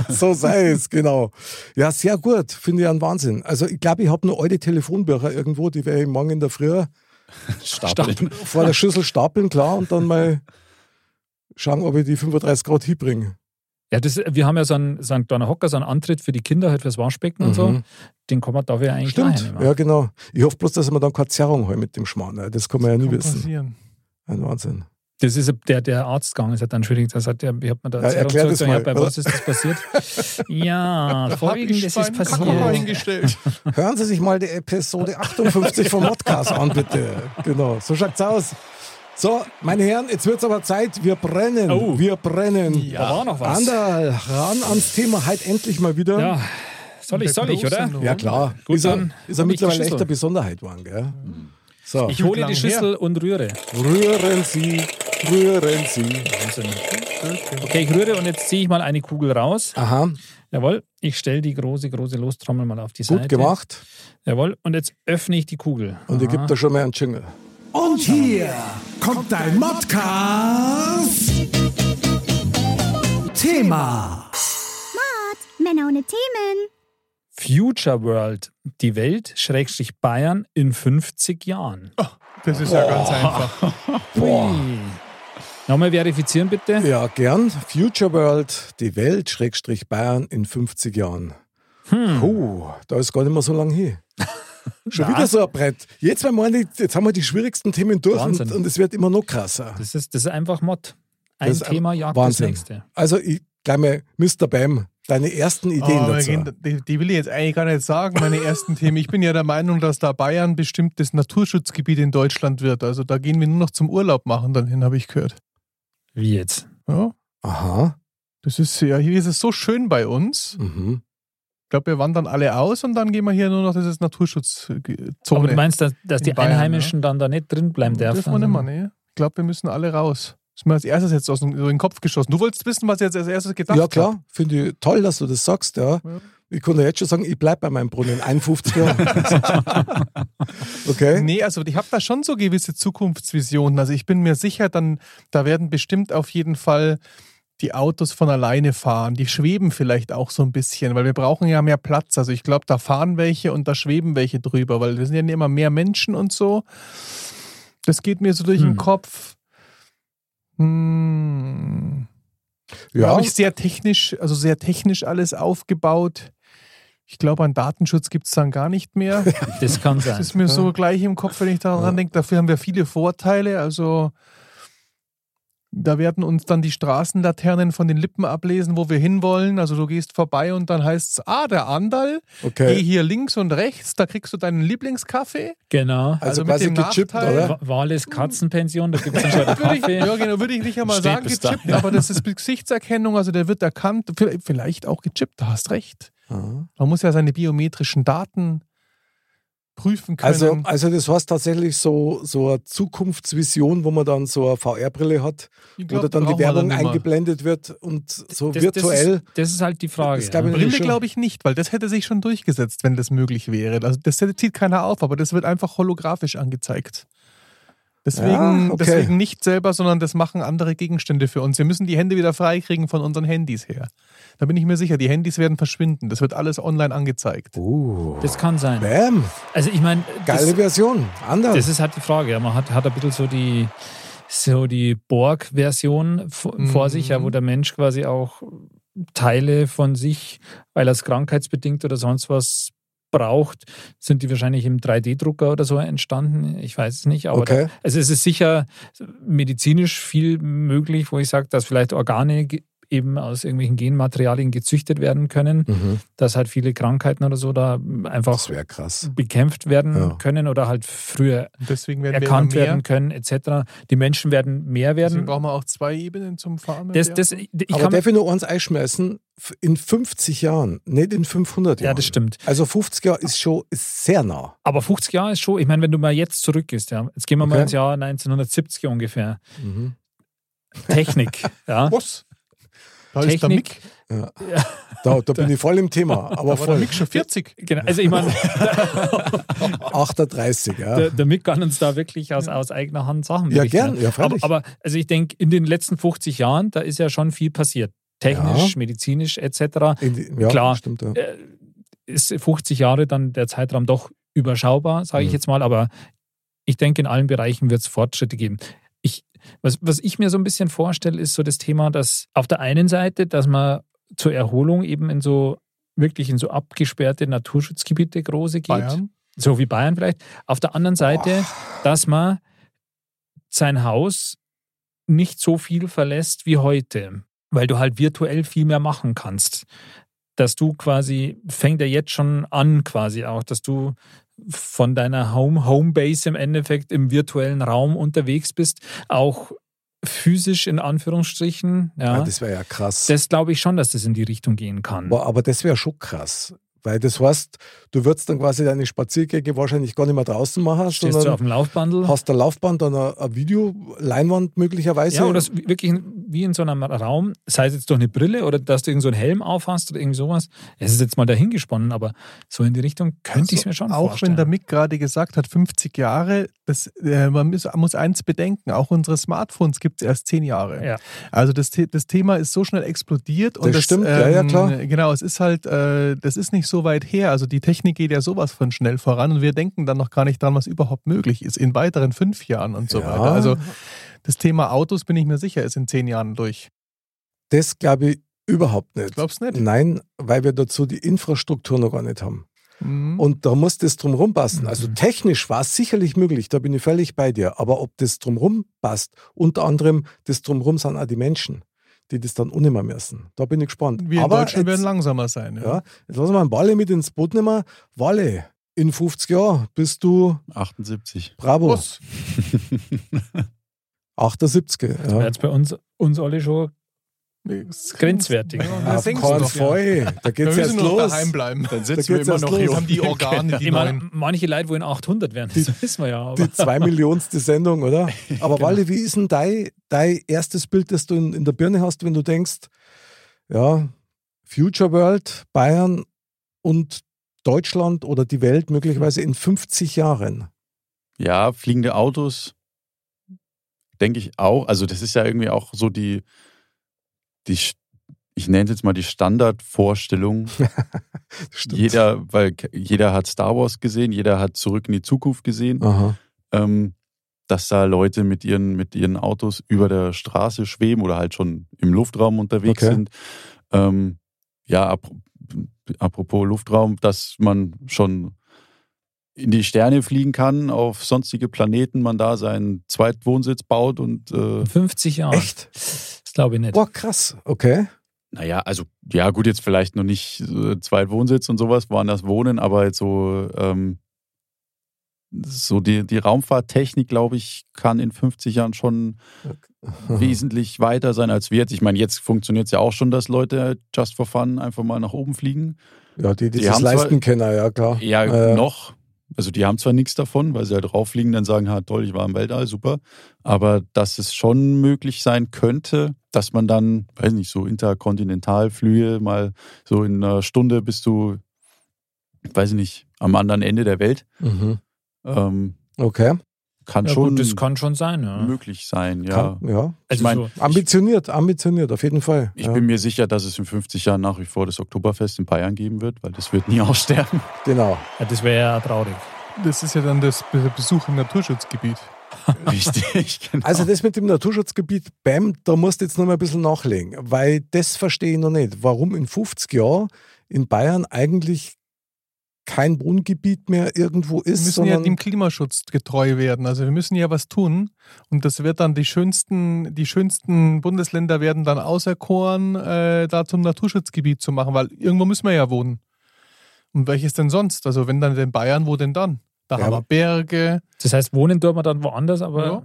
A: so sei es, genau. Ja, sehr gut. Finde ich einen Wahnsinn. Also ich glaube, ich habe nur alte Telefonbücher irgendwo, die werde ich morgen in der Früh
E: Stapeln.
A: vor der Schüssel stapeln, klar, und dann mal schauen, ob ich die 35 Grad hinbringe.
B: Ja, das, wir haben ja so einen, so einen kleinen Hocker, so einen Antritt für die Kinder, halt fürs Waschbecken und so.
A: Mhm.
B: Den kann man dafür ja eigentlich
A: Stimmt,
B: daheim machen.
A: ja genau. Ich hoffe bloß, dass wir dann keine Zerrung haben mit dem Schmarrn. ne? Das kann man ja nie
D: Kann
A: wissen.
D: passieren.
A: Ein Wahnsinn.
B: Das ist der, der Arzt gegangen ist, hat dann schwierig gesagt, ja, ich hab mir da
A: Ja,
B: Zerrung
A: erklär das
B: zugezogen,
A: mal.
B: ja, bei was ist das passiert? ja, folgendes ist passiert.
D: hingestellt.
A: Hören Sie sich mal die Episode 58 vom Podcast an, bitte. Genau, so schaut's aus. So, meine Herren, jetzt wird's aber Zeit. Wir brennen.
B: Oh.
A: Wir brennen.
B: Da war noch was.
A: Anderl, ran ans Thema, halt endlich mal wieder.
B: Ja, soll ich, soll ich, oder?
A: Ja, klar.
B: Gut,
A: ist er,
B: dann
A: ist er
B: hab ich die
A: mittlerweile
B: Schüssel.
A: echt eine Besonderheit, Wang, gell? So,
B: Ich hole die Schüssel und rühre.
A: rühren Sie, rühren Sie.
B: Wahnsinn. Okay, ich rühre und jetzt ziehe ich mal eine Kugel raus.
A: Aha,
B: Jawohl, ich stelle die große, große Lostrommel mal auf die Seite.
A: gut gemacht.
B: Jawohl, und jetzt öffne ich die Kugel.
A: Und ihr gebt da schon mal einen Jingle.
F: Und hier kommt dein Modcast. Thema.
C: Männer ohne Themen.
B: Future World, die Welt, Schrägstrich Bayern in 50 Jahren.
D: Das ist ja ganz einfach.
B: Ui. Nochmal verifizieren bitte.
A: Ja, gern. Future World, die Welt, Schrägstrich Bayern in 50 Jahren.
B: Hm.
A: Puh, da ist gar nicht mehr so lang hin. Schon wieder so ein Brett. Jetzt, wenn man nicht- jetzt haben wir die schwierigsten Themen durch und,
B: Wahnsinn.
A: und es wird immer noch krasser.
B: Das ist, das ist einfach Mod. Ein
A: Das ist
B: Thema jagt
A: Wahnsinn.
B: das nächste.
A: Also, ich gleich mal, Mr. Bam, deine ersten Ideen
F: Oh,
D: Aber wir
A: dazu.
D: gehen- die, die will ich jetzt eigentlich gar nicht sagen, meine ersten Themen. Ich bin ja der Meinung, dass da Bayern bestimmtes Naturschutzgebiet in Deutschland wird. Also da gehen wir nur noch zum Urlaub machen dann hin, habe ich gehört.
B: Wie jetzt?
D: Ja,
A: Aha.
D: das ist ja, hier ist es so schön bei uns.
A: Mhm.
D: Ich glaube, wir wandern alle aus und dann gehen wir hier nur noch, äh, das ist
B: Aber du
D: Naturschutzzone.
B: meinst, dass, dass
D: In
B: die
D: Bayern,
B: Einheimischen
A: ne?
B: dann da nicht drin bleiben dürfen?
D: Dürfen wir nicht mehr, ne? Ich glaube, wir müssen alle raus. Das ist mir als erstes jetzt aus dem, über den Kopf geschossen. Du wolltest wissen, was ich jetzt als erstes gedacht
A: Ja, klar. Finde ich toll, dass du das sagst, ja.
D: Ja.
A: Ich konnte jetzt schon sagen, ich bleibe bei meinem Brunnen in 51 Jahren. okay.
D: Nee, also ich habe da schon so gewisse Zukunftsvisionen. Also ich bin mir sicher, dann da werden bestimmt auf jeden Fall die Autos von alleine fahren. Die schweben vielleicht auch so ein bisschen, weil wir brauchen ja mehr Platz. Also ich glaube, da fahren welche und da schweben welche drüber, weil wir sind ja immer mehr Menschen und so. Das geht mir so durch den
B: Hm.
D: Kopf. Hm. Ja.
A: Ja,
D: Habe ich sehr technisch, also sehr technisch alles aufgebaut. Ich glaube, an Datenschutz gibt es dann gar nicht mehr.
B: Das kann sein.
D: Das ist mir so gleich im Kopf, wenn ich daran denke. Dafür haben wir viele Vorteile. Also da werden uns dann die Straßenlaternen von den Lippen ablesen, wo wir hinwollen. Also du gehst vorbei und dann heißt es, ah, der Andal, geh
A: okay.
D: hier links und rechts, da kriegst du deinen Lieblingskaffee.
B: genau.
A: Also,
D: also mit
A: quasi
D: dem
A: gechippt,
D: Nachteil-
A: oder?
B: Wa- Wales Katzenpension, da gibt es schon einen
D: Würde ich,
B: Kaffee.
D: ja, genau, würde ich nicht einmal
E: Steht
D: sagen,
E: bis da.
D: gechippt, aber das ist Gesichtserkennung, also der wird erkannt, vielleicht- vielleicht auch gechippt, da hast recht.
A: Aha.
D: Man muss ja seine biometrischen Daten prüfen können.
A: Also, also das heißt tatsächlich so, so eine Zukunftsvision, wo man dann so eine VR-Brille hat,
D: Ich
A: wo
D: glaub,
A: da dann die
D: brauchen wir
A: Werbung
D: nicht mehr.
A: eingeblendet wird und so
B: Das-
A: virtuell.
B: Das ist, das ist halt die Frage.
A: Das glaub ich
B: ja.
A: nicht.
D: Brille
A: schon.
D: glaube ich nicht, weil das hätte sich schon durchgesetzt, wenn das möglich wäre. Also das hätte- zieht keiner auf, aber das wird einfach holographisch angezeigt.
B: Ah,
D: Deswegen,
A: Ja, okay.
D: deswegen nicht selber, sondern das machen andere Gegenstände für uns. Wir müssen die Hände wieder freikriegen von unseren Handys her. Da bin ich mir sicher, die Handys werden verschwinden. Das wird alles online angezeigt.
A: uh,
B: Das kann sein.
A: bam,
B: Also ich meine,
A: geile
B: das,
A: Version, anders.
B: das ist halt die Frage. Ja, man hat, hat ein bisschen so die, so die Borg-Version v- vor sich, ja, wo
A: Mhm.
B: der Mensch quasi auch Teile von sich, weil er es krankheitsbedingt oder sonst was braucht, sind die wahrscheinlich im 3D-Drucker oder so entstanden. Ich weiß es nicht, aber
A: Okay.
B: da, also es ist sicher medizinisch viel möglich, wo ich sage, dass vielleicht Organe ge- eben aus irgendwelchen Genmaterialien gezüchtet werden können,
A: Mhm.
B: dass halt viele Krankheiten oder so da einfach
A: Das wäre krass.
B: bekämpft werden
A: Ja.
B: können oder halt früher
D: Und deswegen werden
B: erkannt
D: wir immer
B: werden
D: mehr.
B: können, etc. Die Menschen werden mehr
D: Deswegen
B: werden.
D: brauchen wir auch zwei Ebenen zum Farmen.
B: Das, das, ich
A: aber
B: kann,
A: darf ich nur eins einschmeißen? F- In 50 Jahren, nicht in 500 Jahren.
B: ja, das stimmt.
A: Also 50 Jahre ist schon ist sehr nah.
B: Aber 50 Jahre ist schon, ich meine, wenn du mal jetzt zurückgehst, ja, jetzt gehen wir mal
A: Okay.
B: ins Jahr 1970 ungefähr.
A: Mhm.
B: Technik, ja.
D: Was? Da ist der
B: Technik
D: Mick.
A: Da, da bin ich voll im Thema. Aber
D: Aber der
A: voll.
D: Mick schon 40.
B: Genau, also ich meine,
A: 38, ja.
B: der, der Mick kann uns da wirklich aus, aus eigener Hand Sachen
A: Ja,
B: berichten.
A: gern, ja, freilich.
B: Aber, aber also ich denke, in den letzten 50 Jahren, da ist ja schon viel passiert. Technisch, medizinisch etc.
A: In die, ja
B: Klar.
A: Stimmt, ja.
B: Äh, Ist 50 Jahre dann der Zeitraum doch überschaubar, sage ich
A: Mhm.
B: jetzt mal. Aber ich denke, in allen Bereichen wird es Fortschritte geben. Ich, was, was ich mir so ein bisschen vorstelle, ist so das Thema, dass auf der einen Seite, dass man zur Erholung eben in so wirklich in so abgesperrte Naturschutzgebiete große geht
D: Bayern.
B: so wie Bayern vielleicht. Auf der anderen Seite, dass man sein Haus nicht so viel verlässt wie heute, weil du halt virtuell viel mehr machen kannst. Dass du quasi, fängt ja jetzt schon an quasi auch, dass du von deiner Home, Homebase im Endeffekt im virtuellen Raum unterwegs bist, auch physisch in Anführungsstrichen. Ja,
A: Ah,
B: das
A: das wäre ja krass.
B: glaube ich schon, dass das in die Richtung gehen kann.
A: Boah, aber das wäre schon krass. Weil das heißt, du würdest dann quasi deine Spaziergänge wahrscheinlich gar nicht mehr draußen machen,
B: Stehst du auf
A: sondern
B: dem Laufbandel?
A: hast ein Laufband und eine, eine Videoleinwand möglicherweise.
B: Ja, oder es wirklich wie in so einem Raum, sei es jetzt durch eine Brille oder dass du irgend so einen Helm aufhast oder irgend sowas. Es ist jetzt mal dahingesponnen, aber so in die Richtung könnte ich es mir schon
D: Also auch
B: vorstellen.
D: wenn der Mick gerade gesagt hat, 50 Jahre, das, äh, man muss, muss eins bedenken, auch unsere Smartphones gibt es erst 10 Jahre.
B: Ja.
D: Also das, The- das Thema ist so schnell explodiert. und
A: Das stimmt, ja, ja, klar.
D: Genau, es ist halt, äh, das ist nicht so weit her. Also die Technik geht ja sowas von schnell voran und wir denken dann noch gar nicht dran, was überhaupt möglich ist in weiteren fünf Jahren und so
A: Ja.
D: weiter. Also das Thema Autos, bin ich mir sicher, ist in 10 Jahren durch.
A: Das glaube ich überhaupt nicht.
D: Glaubst du nicht?
A: Nein, weil wir dazu die Infrastruktur noch gar nicht haben.
D: Mhm.
A: Und da muss das drumherum passen. Also technisch war es sicherlich möglich, da bin ich völlig bei dir. Aber ob das drumherum passt, unter anderem das drumherum sind auch die Menschen, die das dann unnimmer müssen. Da bin ich gespannt.
D: wir in
A: Aber
D: Deutschland
A: jetzt-
D: werden langsamer sein. Ja.
A: Ja, jetzt lassen wir einen Walle mit ins Boot nehmen. Walle, in 50 Jahren bist du
E: 78.
A: Bravo.
D: Was?
A: 78.
B: Wäre
A: Ja.
B: jetzt bei uns, uns alle schon grenzwertig.
A: Auf keinen Fall. Da
D: Wir
A: geht's
D: müssen
A: jetzt
D: nur noch
A: los.
D: daheim bleiben.
E: Dann
A: geht's
E: sitzen wir immer
A: erst
E: noch
A: los.
E: hier.
D: Haben die
E: unten im
D: Organe,
E: Keller.
D: die
B: Ich meine,
D: neuen.
B: manche Leute wollen 800 werden, das wissen wir ja. Aber
A: Die zwei Millionste Sendung, oder? Aber Walle, wie ist denn dein, dein erstes Bild, das du in, in der Birne hast, wenn du denkst, ja, Future World, Bayern und Deutschland oder die Welt möglicherweise in 50 Jahren?
E: Ja, fliegende Autos, denke ich auch. Also das ist ja irgendwie auch so die, die Sch- ich nenne es jetzt mal die Standardvorstellung.
A: Stimmt.
E: jeder, weil k- jeder hat Star Wars gesehen, jeder hat Zurück in die Zukunft gesehen,
A: Aha.
E: ähm, dass da Leute mit ihren, mit ihren Autos über der Straße schweben oder halt schon im Luftraum unterwegs
A: Okay.
E: sind. Ähm, ja, ap apropos Luftraum, dass man schon in die Sterne fliegen kann, auf sonstige Planeten, man da seinen Zweitwohnsitz baut und äh,
B: 50 Jahre.
A: Echt?
B: Das glaube ich nicht.
A: Boah, krass. Okay.
E: Naja, also ja gut, jetzt vielleicht noch nicht äh, Zweitwohnsitz und sowas, woanders wohnen, aber jetzt so, ähm, so die, die Raumfahrttechnik, glaube ich, kann in 50 Jahren schon Mhm. wesentlich weiter sein als wir jetzt. Ich meine, jetzt funktioniert es ja auch schon, dass Leute just for fun einfach mal nach oben fliegen.
A: Ja, die, die,
E: Die
A: das
E: haben
A: leisten können, ja klar.
E: Ja,
A: Äh,
E: noch. Also die haben zwar nichts davon, weil sie halt rauffliegen, dann sagen, ha, toll, ich war im Weltall, super. Aber dass es schon möglich sein könnte, dass man dann, weiß nicht, so Interkontinentalflüge mal so in einer Stunde bist du, weiß ich nicht, am anderen Ende der Welt,
A: Mhm.
E: ähm,
A: Okay.
E: kann
B: ja,
E: schon
B: gut, das kann ne? schon sein. Ja.
E: möglich sein, ja.
A: Kann, ja.
B: Also
E: ich mein,
B: so,
A: Ambitioniert, ambitioniert, auf jeden Fall.
E: Ich
A: ja.
E: bin mir sicher, dass es in 50 Jahren nach wie vor das Oktoberfest in Bayern geben wird, weil das wird nie aussterben.
A: genau.
B: ja, das wäre ja traurig.
D: Das ist ja dann das Be- Besuch im Naturschutzgebiet.
E: Richtig, genau.
A: Also das mit dem Naturschutzgebiet, bam, da musst du jetzt noch mal ein bisschen nachlegen, weil das verstehe ich noch nicht. Warum in 50 Jahren in Bayern eigentlich kein Wohngebiet mehr irgendwo
D: Wir
A: ist,
D: müssen ja
A: sondern
D: dem Klimaschutz getreu werden. Also wir müssen ja was tun. Und das wird dann die schönsten, die schönsten Bundesländer werden dann auserkoren, äh, da zum Naturschutzgebiet zu machen, weil irgendwo müssen wir ja wohnen. Und welches denn sonst? Also wenn dann in Bayern, wo denn dann? Da
A: Ja,
D: haben wir
A: aber-
D: Berge.
B: Das heißt, wohnen tut man dann woanders, aber.
D: Ja.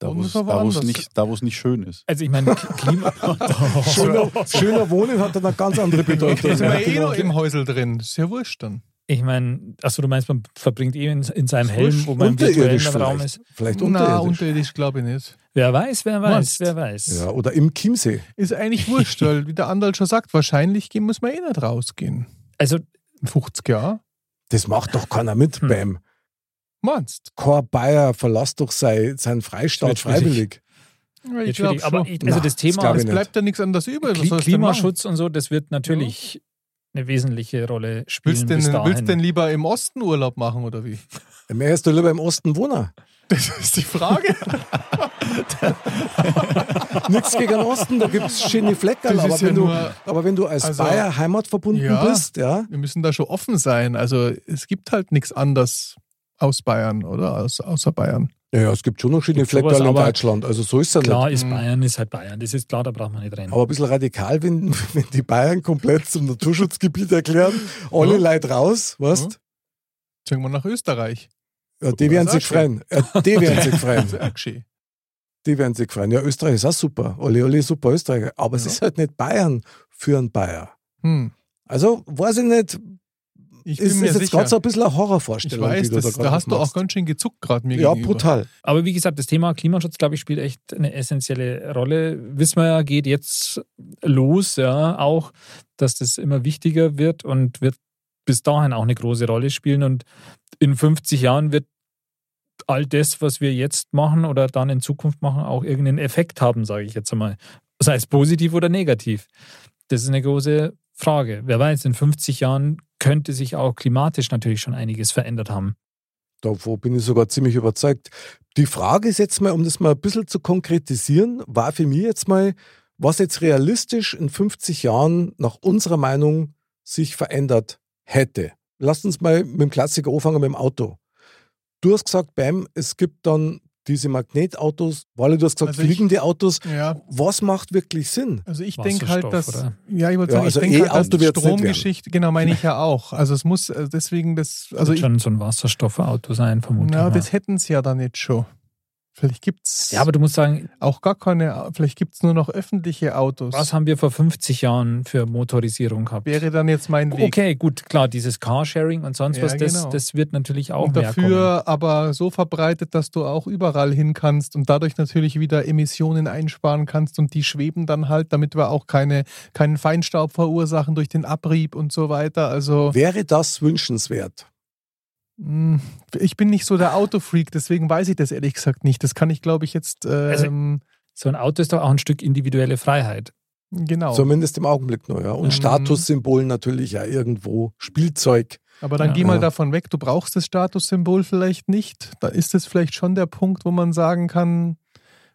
E: da,
D: Und
E: wo es-
D: ist aber
E: da, wo es
D: anders.
E: nicht, da, wo es nicht schön ist.
B: Also ich meine, Klima.
A: schöner, schöner Wohnen hat dann eine ganz andere Bedeutung.
D: Da sind wir eh
A: Genau.
D: noch im Häusel drin. Ist ja wurscht dann.
B: Ich meine, achso, du meinst, man verbringt eh in, in seinem Helm, wo man im virtuellen
A: Unterirdisch
B: Raum
A: vielleicht.
B: ist.
A: Vielleicht
D: Na,
A: unterirdisch.
D: unterirdisch glaube ich nicht.
B: Wer weiß, wer weiß,
D: Meinst?
B: wer weiß.
A: ja, oder im Chiemsee.
D: Ist eigentlich wurscht, weil wie der Andal schon sagt, wahrscheinlich gehen- muss man eh nicht rausgehen.
B: Also,
D: In 50 Jahren.
A: Das macht doch keiner mit,
B: Hm.
A: Bam.
D: Meinst
A: Kein Bayer verlässt doch sein, seinen Freistaat
B: Das wird schwierig.
A: freiwillig.
D: du?
B: jetzt schwierig. aber ich, also
A: Na, das
B: das
A: glaub
B: Thema
A: ich
D: Ah, es
A: nicht.
D: bleibt ja nichts anderes über.
B: Kli- Klimaschutz und so, das wird natürlich eine wesentliche Rolle spielen.
D: Willst du denn,
B: bis dahin.
D: willst denn lieber im Osten Urlaub machen oder wie?
A: Mehr ist du lieber im Osten Wohner.
D: Das ist die Frage.
A: Nichts gegen den Osten, da gibt es schöne Flecken.
D: Das
A: Aber,
D: ist ja
A: wenn du-
D: nur-
A: aber wenn du als
D: also-
A: Bayer heimatverbunden
D: Ja.
A: bist, ja,
D: Wir müssen da schon offen sein. Also es gibt halt nichts anderes aus Bayern oder aus, außer Bayern.
A: Ja, ja, es gibt schon noch schöne
B: Gibt's sowas,
A: Fleckball in
B: aber
A: Deutschland. Also so ist es ja nicht.
B: Klar ist Bayern, ist halt Bayern. Das ist klar, da braucht man nicht reden.
A: Aber ein bisschen radikal, wenn, wenn die Bayern komplett zum Naturschutzgebiet erklären, alle
D: Ja.
A: Leute raus, weißt?
D: Jetzt gehen wir nach Österreich.
A: Ja, die
D: Ja,
A: werden
D: ist
A: sich
D: auch schön.
A: freuen. Ja, die werden sich
D: Das ist
A: freuen.
D: auch geschehen.
A: Die werden sich freuen. Ja, Österreich ist auch super. Alle, alle super Österreicher. Aber es
D: Ja.
A: ist halt nicht Bayern für einen Bayer.
D: Hm.
A: Also, weiß ich nicht,
D: Ich bin
A: ist,
D: mir
A: ist jetzt
D: sicher.
A: gerade so ein bisschen eine
D: ich
A: Horrorvorstellung.
D: weiß,
A: die
D: das,
A: grad
D: da hast du auch
A: aufmachst.
D: ganz schön gezuckt gerade mir
A: Ja,
D: gegenüber.
A: brutal.
B: Aber wie gesagt, das Thema Klimaschutz, glaube ich, spielt echt eine essentielle Rolle. Wissen wir ja, geht jetzt los, ja, auch, dass das immer wichtiger wird und wird bis dahin auch eine große Rolle spielen. Und in 50 Jahren wird all das, was wir jetzt machen oder dann in Zukunft machen, auch irgendeinen Effekt haben, sage ich jetzt einmal. Sei es positiv oder negativ. Das ist eine große Frage. Wer weiß, in 50 Jahren könnte sich auch klimatisch natürlich schon einiges verändert haben.
A: Davon bin ich sogar ziemlich überzeugt. Die Frage ist jetzt mal, um das mal ein bisschen zu konkretisieren, war für mich jetzt mal, was jetzt realistisch in 50 Jahren nach unserer Meinung sich verändert hätte. Lasst uns mal mit dem Klassiker anfangen, mit dem Auto. Du hast gesagt, Bam, es gibt dann diese Magnetautos, weil du hast gesagt,
D: Also ich-
A: fliegende Autos.
D: Ja.
A: Was macht wirklich Sinn?
D: Also ich denke halt, dass
B: Wasserstoff, oder?
D: ja, ich wollte
A: Ja,
D: sagen,
A: also
D: ich denke halt,
A: E-Auto
D: dass die
A: wird's nicht werden.
D: Stromgeschichte, genau, meine ich ja auch. Also es muss äh, deswegen das, also
B: wird
D: ich,
B: schon so ein Wasserstoffauto sein, vermutlich.
D: na,
B: mal.
D: das hätten sie ja dann jetzt schon. Vielleicht gibt es
B: ja, aber du musst sagen,
D: auch gar keine, vielleicht gibt es nur noch öffentliche Autos.
B: was haben wir vor 50 Jahren für Motorisierung gehabt?
D: wäre dann jetzt mein Weg?
B: okay, gut, klar, dieses Carsharing und sonst
D: Ja,
B: was, das,
D: genau.
B: das wird natürlich auch
D: Und
B: mehr kommen.
D: dafür aber so verbreitet, dass du auch überall hin kannst und dadurch natürlich wieder Emissionen einsparen kannst und die schweben dann halt, damit wir auch keine, keinen Feinstaub verursachen durch den Abrieb und so weiter. Also
A: Wäre das wünschenswert?
D: mh, ich bin nicht so der Autofreak, deswegen weiß ich das ehrlich gesagt nicht. Das kann ich, glaube ich, jetzt
B: Also
D: ähm,
B: So ein Auto ist doch auch ein Stück individuelle Freiheit.
D: genau.
A: Zumindest im Augenblick nur, ja. Und
D: Mhm.
A: Statussymbol natürlich ja irgendwo. Spielzeug.
D: Aber dann
B: Ja.
D: geh mal
A: Ja.
D: davon weg, du brauchst das Statussymbol vielleicht nicht. Da ist es vielleicht schon der Punkt, wo man sagen kann,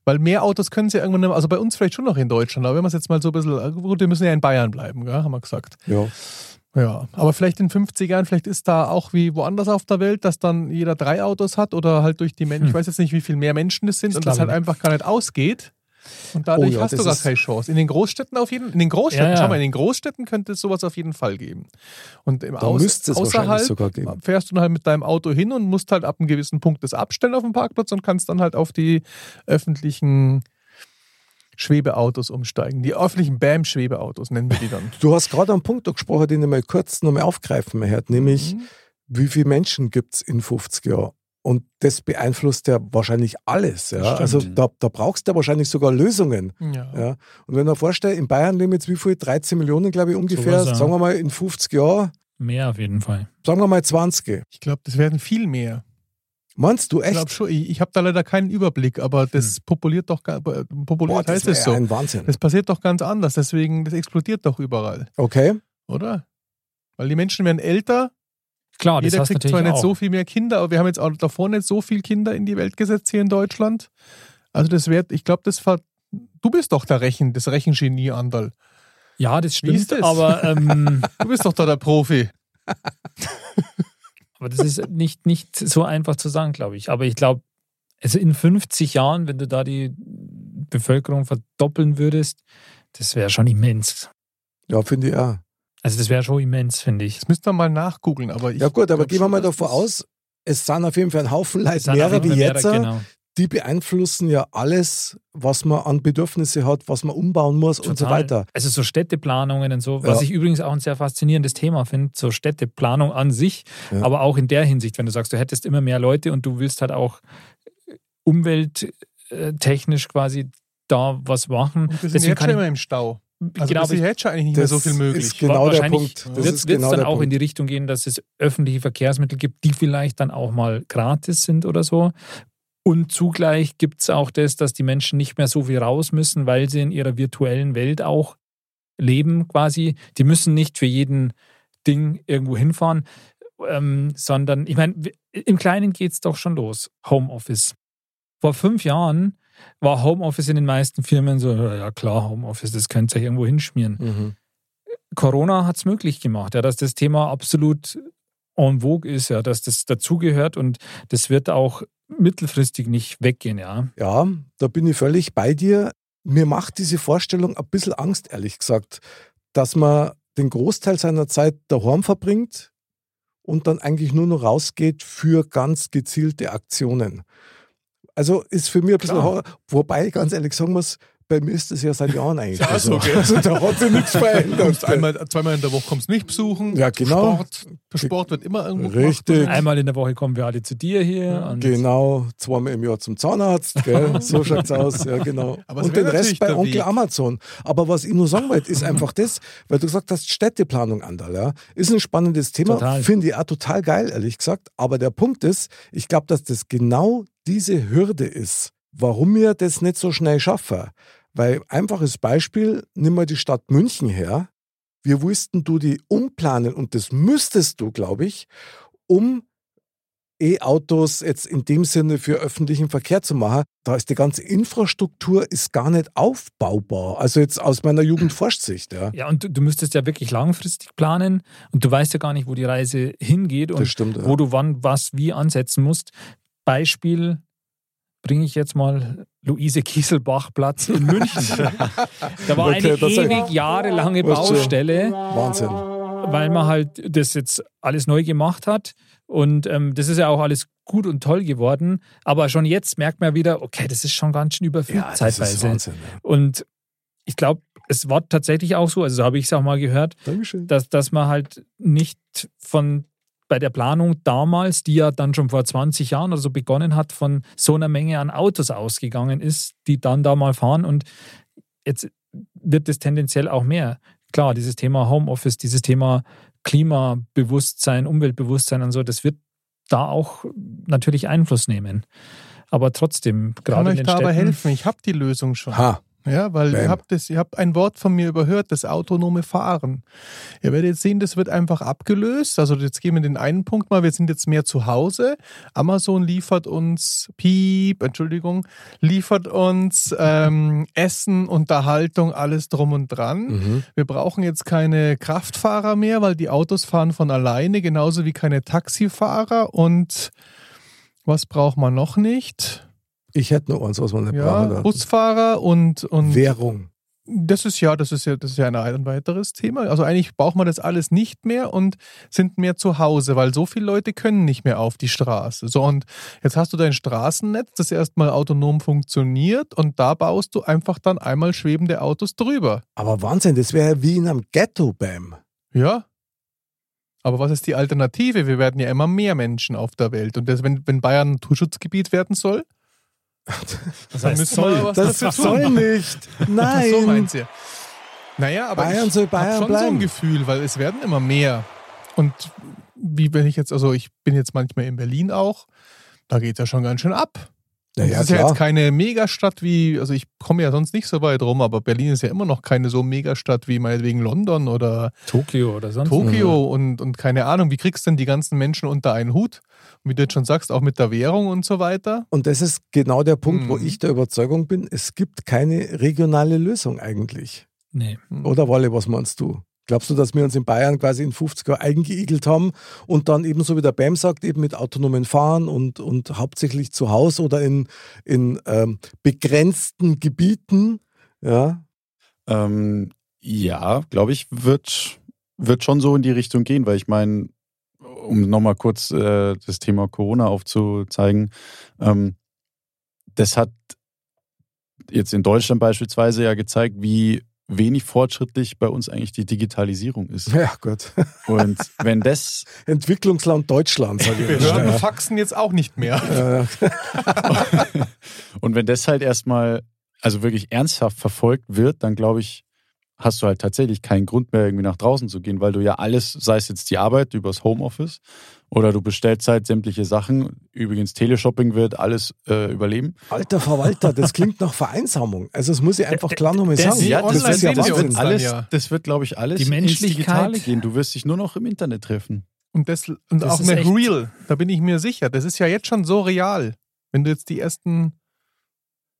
D: weil mehr Autos können sie ja irgendwann, also bei uns vielleicht schon noch in Deutschland, aber wenn man es jetzt mal so ein bisschen, äh, gut, wir müssen ja in Bayern bleiben, gell, haben wir gesagt.
A: Ja.
D: Ja, aber vielleicht in 50 Jahren, vielleicht ist da auch wie woanders auf der Welt, dass dann jeder drei Autos hat oder halt durch die Menschen,
B: Hm.
D: ich weiß jetzt nicht, wie viel mehr Menschen es sind
B: Das
D: und das halt
B: glaub ich
D: einfach gar nicht ausgeht. Und dadurch
A: ja,
D: hast du
A: das
D: gar
A: ist-
D: keine Chance. In den Großstädten auf jeden In den Großstädten,
B: Ja, ja.
D: schau mal, in den Großstädten könnte es sowas auf jeden Fall geben. Und im
A: Da
D: Aus,
A: müsste es
D: außerhalb
A: wahrscheinlich sogar geben.
D: fährst du dann halt mit deinem Auto hin und musst halt ab einem gewissen Punkt das abstellen auf dem Parkplatz und kannst dann halt auf die öffentlichen Schwebeautos umsteigen. Die öffentlichen BAM-Schwebeautos nennen wir die dann.
A: Du hast gerade einen Punkt angesprochen, den ich mal kurz nochmal aufgreifen möchte, nämlich
D: Mhm.
A: wie viele Menschen gibt es in 50 Jahren? Und das beeinflusst ja wahrscheinlich alles. Ja?
E: Stimmt.
A: Also da, da brauchst du ja wahrscheinlich sogar Lösungen.
D: Mhm. Ja.
A: Ja? Und wenn du dir vorstellst, in Bayern leben jetzt wie viel? 13 Millionen, glaube ich, ungefähr.
B: Sowas, ja.
A: Sagen wir mal in 50 Jahren,
B: Mehr auf jeden Fall.
A: sagen wir mal 20.
D: Ich glaube, das werden viel mehr.
A: Meinst du
D: Ich
A: echt? Hm.
D: glaube schon. Ich, ich habe da leider keinen Überblick, aber das populiert doch, ga- äh,
A: Boah,
D: populiert
A: das
D: heißt
A: wär
D: es so.
A: ein Wahnsinn.
D: Das passiert doch ganz anders. Deswegen, das explodiert doch überall,
A: Okay.
D: oder? Weil die Menschen werden älter.
B: Klar, das
D: Jeder
B: hast du
D: kriegt
B: natürlich
D: zwar nicht
B: auch.
D: so viel mehr Kinder, aber wir haben jetzt auch davor nicht so viel Kinder in die Welt gesetzt hier in Deutschland. Also das wird, ich glaube, das ver Du bist doch der Rechen, das Rechengenie, Andal.
B: ja, das
D: Wie ist
B: stimmt,
D: das?
B: aber, ähm,
D: Du bist doch da der Profi.
B: aber das ist nicht, nicht so einfach zu sagen, glaube ich. Aber ich glaube, also in 50 Jahren, wenn du da die Bevölkerung verdoppeln würdest, das wäre schon immens.
A: Ja, finde ich auch.
B: Also das wäre schon immens, finde ich.
D: Das müsst ihr mal nachgoogeln, aber ich.
A: Ja gut, aber
D: glaub
A: gehen wir
D: schon,
A: mal
D: dass
A: davon
D: das-
A: aus, es sind auf jeden Fall ein Haufen Leute
B: Das sind auf
A: mehrere
B: jeden
A: wie
B: Fall
A: jetzt, äh,
B: mehrere, genau.
A: die beeinflussen ja alles, was man an Bedürfnisse hat, was man umbauen muss und so
B: Total.
A: weiter.
B: Also so Städteplanungen und so, was
A: Ja.
B: ich übrigens auch ein sehr faszinierendes Thema finde, so Städteplanung an sich,
A: Ja.
B: aber auch in der Hinsicht, wenn du sagst, du hättest immer mehr Leute und du willst halt auch äh, umwelttechnisch quasi da was machen.
D: Und wir sind
B: Deswegen
D: jetzt schon
B: kann
D: immer
B: ich,
D: im Stau. Also
B: genau,
D: genau,
B: aber
D: bis
B: ich,
D: jetzt schon eigentlich nicht mehr so viel möglich.
A: ist genau der
B: Wahrscheinlich
A: Punkt. Das
B: wird es
A: ist genau
B: dann
A: der
B: auch in
A: Punkt.
B: die Richtung gehen, dass es öffentliche Verkehrsmittel gibt, die vielleicht dann auch mal gratis sind oder so. Und zugleich gibt es auch das, dass die Menschen nicht mehr so viel raus müssen, weil sie in ihrer virtuellen Welt auch leben quasi. Die müssen nicht für jeden Ding irgendwo hinfahren, ähm, sondern ich meine, w- im Kleinen geht es doch schon los. Homeoffice. Vor fünf Jahren war Homeoffice in den meisten Firmen so, ja klar, Homeoffice, das könnt ihr euch irgendwo hinschmieren.
A: Mhm.
B: Corona hat es möglich gemacht, ja, dass das Thema absolut en vogue ist, ja, dass das dazugehört und das wird auch mittelfristig nicht weggehen, ja.
A: Ja, da bin ich völlig bei dir. Mir macht diese Vorstellung ein bisschen Angst, ehrlich gesagt, dass man den Großteil seiner Zeit daheim verbringt und dann eigentlich nur noch rausgeht für ganz gezielte Aktionen. Also ist für mich ein bisschen
D: Klar.
A: Horror, wobei ich ganz ehrlich sagen muss, bei mir ist das ja seit Jahren eigentlich
D: Ja,
A: so.
D: so, gell?
A: Also da hat sich nichts verändert.
D: Kommst einmal, zweimal in der Woche kommst nicht besuchen.
A: Ja, genau.
D: Sport, der Sport wird immer irgendwo
A: Richtig.
D: Gemacht.
B: Einmal in der Woche kommen wir alle zu dir hier und
A: Genau, zweimal im Jahr zum Zahnarzt, gell? so schaut's aus, ja genau.
D: Aber es
A: und
D: wär
A: den Rest
D: natürlich
A: bei
D: der
A: Onkel
D: Weg.
A: Amazon. Aber was ich nur sagen wollte, ist einfach das, weil du gesagt hast, Städteplanung, Andal, ja, ist ein spannendes Thema,
B: Total.
A: finde ich auch total geil, ehrlich gesagt. Aber der Punkt ist, ich glaube, dass das genau diese Hürde ist, warum wir das nicht so schnell schaffen. Weil einfaches Beispiel, nimm mal die Stadt München her. Wir wussten du die umplanen und das müsstest du, glaube ich, um E-Autos jetzt in dem Sinne für öffentlichen Verkehr zu machen, da ist die ganze Infrastruktur ist gar nicht aufbaubar. Also jetzt aus meiner Jugendforschsicht, ja.
B: ja, und du, du müsstest ja wirklich langfristig planen und du weißt ja gar nicht, wo die Reise hingeht und
A: Das stimmt. Ja.
B: wo du wann, was, wie ansetzen musst. Beispiel bringe ich jetzt mal Luise Kieselbach Platz in München. da war
A: Okay,
B: eine
A: das-
B: ewig jahrelange
A: Weißt du-
B: Baustelle.
A: Wahnsinn.
B: weil man halt das jetzt alles neu gemacht hat. Und ähm, das ist ja auch alles gut und toll geworden. Aber schon jetzt merkt man wieder, okay, das ist schon ganz schön überfüllt
A: Ja, das ist
B: zeitweise.
A: Wahnsinn. Ja.
B: Und ich glaube, es war tatsächlich auch so, also so habe ich es auch mal gehört,
A: Dankeschön.
B: dass, dass man halt nicht von bei der Planung damals, die ja dann schon vor 20 Jahren oder so begonnen hat, von so einer Menge an Autos ausgegangen ist, die dann da mal fahren. Und jetzt wird es tendenziell auch mehr. Klar, dieses Thema Homeoffice, dieses Thema Klimabewusstsein, Umweltbewusstsein und so, das wird da auch natürlich Einfluss nehmen. Aber trotzdem,
D: Kann
B: gerade in
D: euch
B: den
D: da aber
B: Städten,
D: helfen. Ich habe die Lösung schon.
A: Ha,
D: Ja, weil
A: Bam.
D: ihr habt, das, ihr habt ein Wort von mir überhört, das autonome Fahren. Ihr werdet jetzt sehen, das wird einfach abgelöst. Also jetzt gehen wir den einen Punkt mal, wir sind jetzt mehr zu Hause. Amazon liefert uns, piep, Entschuldigung, liefert uns ähm, Essen, Unterhaltung, alles drum und dran.
A: Hm.
D: Wir brauchen jetzt keine Kraftfahrer mehr, weil die Autos fahren von alleine, genauso wie keine Taxifahrer. Und was braucht man noch nicht?
A: ich hätte nur eins, was man nicht
D: Ja,
A: braucht.
D: Busfahrer und, und
A: Währung.
D: das ist ja, das ist ja, das ist ja ein- ein weiteres Thema. Also eigentlich braucht man das alles nicht mehr und sind mehr zu Hause, weil so viele Leute können nicht mehr auf die Straße. So, und jetzt hast du dein Straßennetz, das erstmal autonom funktioniert und da baust du einfach dann einmal schwebende Autos drüber.
A: Aber Wahnsinn, das wäre ja wie in einem Ghetto, Bam.
D: Ja. Aber was ist die Alternative? Wir werden ja immer mehr Menschen auf der Welt. Und das, wenn, wenn Bayern ein Naturschutzgebiet werden soll,
B: das
D: dann
B: heißt,
D: müssen wir aber was
A: Das
D: dafür tun.
A: soll nicht.
D: Ach So
A: Nein.
D: meint ihr. Naja, aber
A: Bayern
D: ich
A: soll
D: hab
A: Bayern
D: schon so
A: bleiben.
D: ein Gefühl, weil es werden immer mehr. Und wie bin ich jetzt, also ich bin jetzt manchmal in Berlin auch, da geht ja schon ganz schön ab.
A: Ja,
D: Es
A: ja,
D: ist ja
A: klar.
D: jetzt keine Megastadt wie, also ich komme ja sonst nicht so weit rum, aber Berlin ist ja immer noch keine so Megastadt wie meinetwegen London oder
B: Tokio oder sonst
D: Tokio und, und keine Ahnung, wie kriegst du denn die ganzen Menschen unter einen Hut? Und wie du jetzt schon sagst, auch mit der Währung und so weiter.
A: Und das ist genau der Punkt, wo
D: Mhm.
A: ich der Überzeugung bin, es gibt keine regionale Lösung eigentlich.
B: Nee.
A: Oder Wolle, was meinst du? Glaubst du, dass wir uns in Bayern quasi in 50 Jahren eingeigelt haben und dann eben so wie der BAM sagt, eben mit autonomen Fahren und, und hauptsächlich zu Hause oder in, in ähm, begrenzten Gebieten? Ja,
E: Ähm, ja, glaube ich, wird, wird schon so in die Richtung gehen, weil ich meine, um nochmal kurz äh, das Thema Corona aufzuzeigen, ähm, das hat jetzt in Deutschland beispielsweise ja gezeigt, wie wenig fortschrittlich bei uns eigentlich die Digitalisierung ist.
A: Ja, gut.
E: Und wenn das
A: Entwicklungsland Deutschland, sage ich
D: Behörden
A: mal.
D: faxen jetzt auch nicht mehr.
A: Ja,
E: Und wenn das halt erstmal, also wirklich ernsthaft verfolgt wird, dann glaube ich, hast du halt tatsächlich keinen Grund mehr, irgendwie nach draußen zu gehen, weil du ja alles, sei es jetzt die Arbeit übers Homeoffice oder du bestellst halt sämtliche Sachen. Übrigens, Teleshopping wird alles äh, überleben.
A: Alter Verwalter, das klingt nach Vereinsamung. Also das muss ich einfach klar nochmal sagen.
D: ja,
A: das
D: online
A: ist ja
D: sehen wir
A: Wahnsinn.
D: uns dann
E: alles,
D: ja.
E: das wird, glaube ich, alles
B: Die Menschlichkeit.
E: ins Digitale gehen. Du wirst dich nur noch im Internet treffen.
D: Und, das, und
B: Das
D: auch
B: ist
D: mit
B: echt-
D: Real, da bin ich mir sicher. Das ist ja jetzt schon so real. Wenn du jetzt die ersten,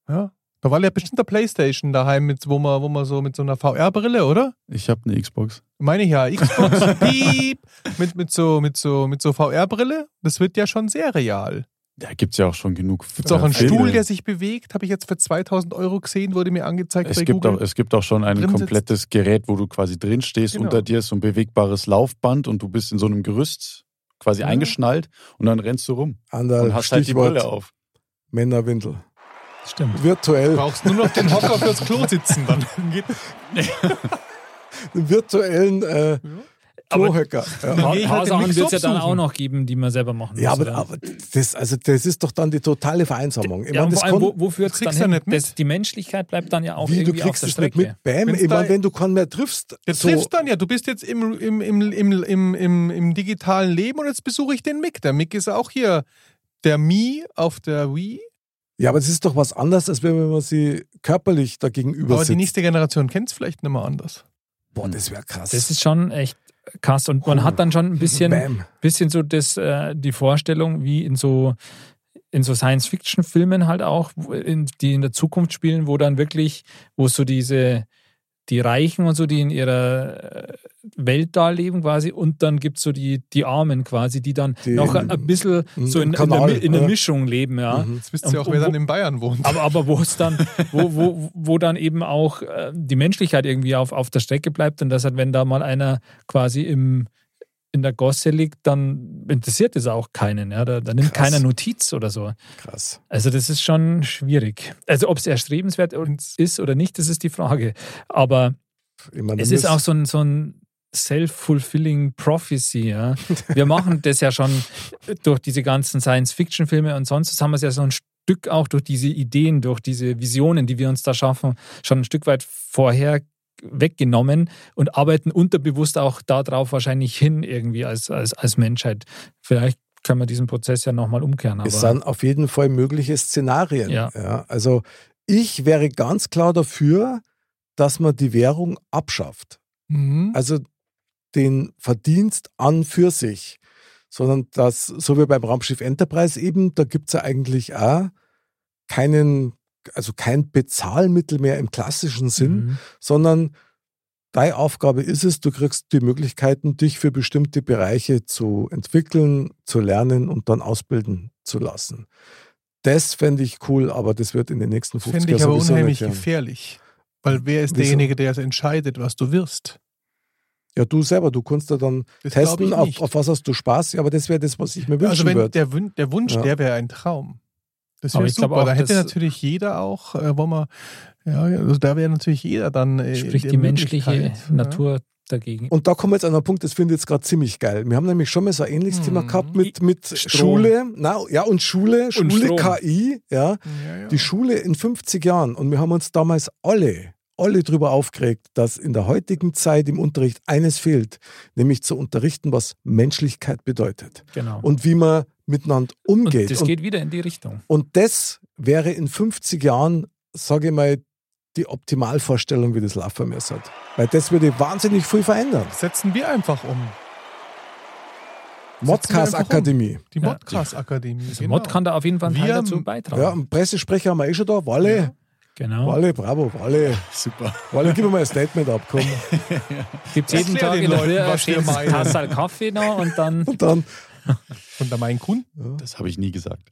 D: ja, da war ja bestimmt der Playstation daheim, mit, wo, man, wo man so mit so einer VR-Brille, oder?
E: Ich habe eine Xbox.
D: Meine ich ja, Xbox, piep, mit, mit so, mit so, mit so VR-Brille. Das wird ja schon sehr real.
E: Da gibt es ja auch schon genug.
D: Gibt auch
E: äh,
D: einen
E: Filme.
D: Stuhl, der sich bewegt, habe ich jetzt für 2000 Euro gesehen, wurde mir angezeigt
E: Es
D: bei
E: gibt, auch,
D: Google.
E: es gibt auch schon ein
D: drin sitzt.
E: komplettes Gerät, wo du quasi drin stehst.
D: Genau.
E: Unter dir ist so ein bewegbares Laufband und du bist in so einem Gerüst quasi
D: Ja.
E: eingeschnallt und dann rennst du rum und
A: Anderl,
E: hast halt die Brille
A: Äh, Stichwort
E: auf.
A: Männerwindel.
B: Stimmt.
D: Du
A: Virtuell.
D: brauchst nur noch den Hocker fürs Klo sitzen, dann geht
A: Einen virtuellen äh, Klohacker. Ja.
D: gehe ich halt den
B: Haarsachen
D: Mix
B: wird es ja dann
D: absuchen.
B: auch noch geben, die man selber machen
A: Ja,
B: muss.
A: aber,
B: oder?
A: aber das, also das ist doch dann die totale Vereinsamung. Ich
B: ja,
A: meine,
B: und
A: das
B: vor allem,
A: kann-
B: wo, wofür
D: das
B: es dann
D: kriegst du
B: hin?
D: nicht mit.
B: Das, die Menschlichkeit bleibt dann ja auch
A: Wie, du
B: irgendwie auf
A: kriegst
B: der
A: es nicht
B: Strecke.
A: mit. Bam,
D: Wenn's
A: ich meine,
D: da-
A: wenn du keinen mehr triffst,
D: Du
A: so,
D: triffst dann ja, du bist jetzt im, im, im, im, im, im, im digitalen Leben und jetzt besuche ich den Mick. Der Mick ist auch hier. Der Mi auf der Wii.
A: ja, aber es ist doch was anderes, als wenn man sie körperlich dagegenüber
D: Aber die
A: sitzt.
D: nächste Generation kennt es vielleicht nicht mehr anders.
A: Boah, das wäre krass.
B: Das ist schon echt krass. Und man hat dann schon ein bisschen,
A: Bam.
B: bisschen so das, äh, die Vorstellung, wie in so, in so Science-Fiction-Filmen halt auch, wo- in, die in der Zukunft spielen, wo dann wirklich, wo so diese, die Reichen und so, die in ihrer äh, Welt da leben quasi, und dann gibt es so die, die Armen quasi, die dann
A: Die
B: noch
A: im-
B: ein bisschen so
A: im
B: in, in, der,
A: Kanal,
B: Mi- in
A: oder?
B: der
A: Mhm.
B: Mischung leben, ja.
D: Jetzt wisst
A: Um,
D: ihr auch, wer dann in Bayern wohnt.
B: Aber, aber wo es dann, wo, wo, wo dann eben auch äh, die Menschlichkeit irgendwie auf, auf der Strecke bleibt und das halt, wenn da mal einer quasi im, in der Gosse liegt, dann interessiert es auch keinen. Ja? Da, da nimmt
A: Krass.
B: keiner Notiz oder so.
A: krass.
B: Also das ist schon schwierig. Also ob es erstrebenswert ist oder nicht, das ist die Frage. Aber
A: Ich meine,
B: es
A: da
B: ist
A: müssen-
B: auch so ein, so ein self-fulfilling prophecy. Ja? Wir machen das ja schon durch diese ganzen Science-Fiction-Filme und sonst was haben wir es ja so ein Stück auch durch diese Ideen, durch diese Visionen, die wir uns da schaffen, schon ein Stück weit vorher weggenommen und arbeiten unterbewusst auch darauf wahrscheinlich hin irgendwie als, als, als Menschheit. Vielleicht können wir diesen Prozess ja nochmal umkehren. Aber
A: Es sind auf jeden Fall mögliche Szenarien.
B: Ja.
A: also ich wäre ganz klar dafür, dass man die Währung abschafft.
D: Mhm.
A: Also den Verdienst an für sich. Sondern dass, so wie beim Raumschiff Enterprise eben, da gibt es ja eigentlich auch keinen, also kein Bezahlmittel mehr im klassischen Sinn,
B: Mhm.
A: sondern deine Aufgabe ist es, du kriegst die Möglichkeiten, dich für bestimmte Bereiche zu entwickeln, zu lernen und dann ausbilden zu lassen. Das fände ich cool, aber das wird in den nächsten 50
D: Fände
A: Jahren
D: ich aber
A: sowieso
D: unheimlich
A: nicht werden.
D: gefährlich. Weil wer ist
A: Wieso?
D: derjenige, der es entscheidet, was du wirst?
A: Ja, du selber, du kannst ja dann
D: Das glaub
A: testen,
D: ich
A: auf,
D: nicht.
A: auf was hast du Spaß, ja, aber das wäre das, was ich mir wünschen
D: also wenn
A: würde.
D: der, Wun- der Wunsch,
A: Ja.
D: der wäre ein Traum. Das
B: Aber
D: wäre
B: ich glaub
D: super.
B: auch,
D: da hätte
B: dass-
D: natürlich jeder auch, äh, wo man, ja, also da wäre natürlich jeder dann. Äh,
B: Sprich
D: der
B: die menschliche
D: Möglichkeit, ne?
B: Natur dagegen.
A: Und da kommen wir jetzt an einen Punkt, das finde ich jetzt gerade ziemlich geil. Wir haben nämlich schon mal so ein ähnliches
D: Hm.
A: Thema gehabt mit, mit
B: Strom.
A: Schule, na, ja, und Schule, Schule,
B: Strom.
A: KI, ja.
D: Ja. Ja, ja.
A: Die Schule in 50 Jahren und wir haben uns damals alle, alle drüber aufgeregt, dass in der heutigen Zeit im Unterricht eines fehlt, nämlich zu unterrichten, was Menschlichkeit bedeutet
B: Genau.
A: und wie man miteinander umgeht.
B: Und das
A: Und-
B: geht wieder in die Richtung.
A: und das wäre in 50 Jahren, sage ich mal, die Optimalvorstellung, wie das Laufen hat. Weil das würde wahnsinnig viel verändern.
D: Setzen wir einfach um.
A: Modcast
D: einfach um.
A: Akademie.
D: Die
B: Ja,
D: Modcast-Akademie. genau.
B: Also Mod kann da auf jeden Fall einen
D: Wir-
B: Teil dazu beitragen.
A: Ja, einen Pressesprecher haben wir eh schon da. Walle,
B: Genau.
A: Walle, bravo, Walle.
E: Super.
A: Walle, gib mir mal ein Statement ab, komm.
B: Gibt es jeden
D: Erklär
B: Tag
D: den
B: in der
D: Leuten,
B: Früh
D: was wir
B: einen
D: meinen.
B: Tassel Kaffee noch und dann
A: Und dann
D: Unter meinen Kunden.
E: Das habe ich nie gesagt.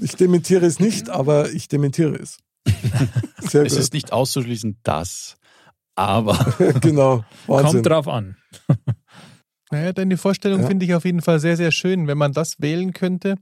A: Ich dementiere es nicht, aber ich dementiere es. Sehr
E: Es
A: gut.
E: ist nicht auszuschließen, dass. Aber
A: genau. Wahnsinn.
B: kommt drauf an.
D: Naja, deine Vorstellung
A: Ja.
D: finde ich auf jeden Fall sehr, sehr schön, wenn man das wählen könnte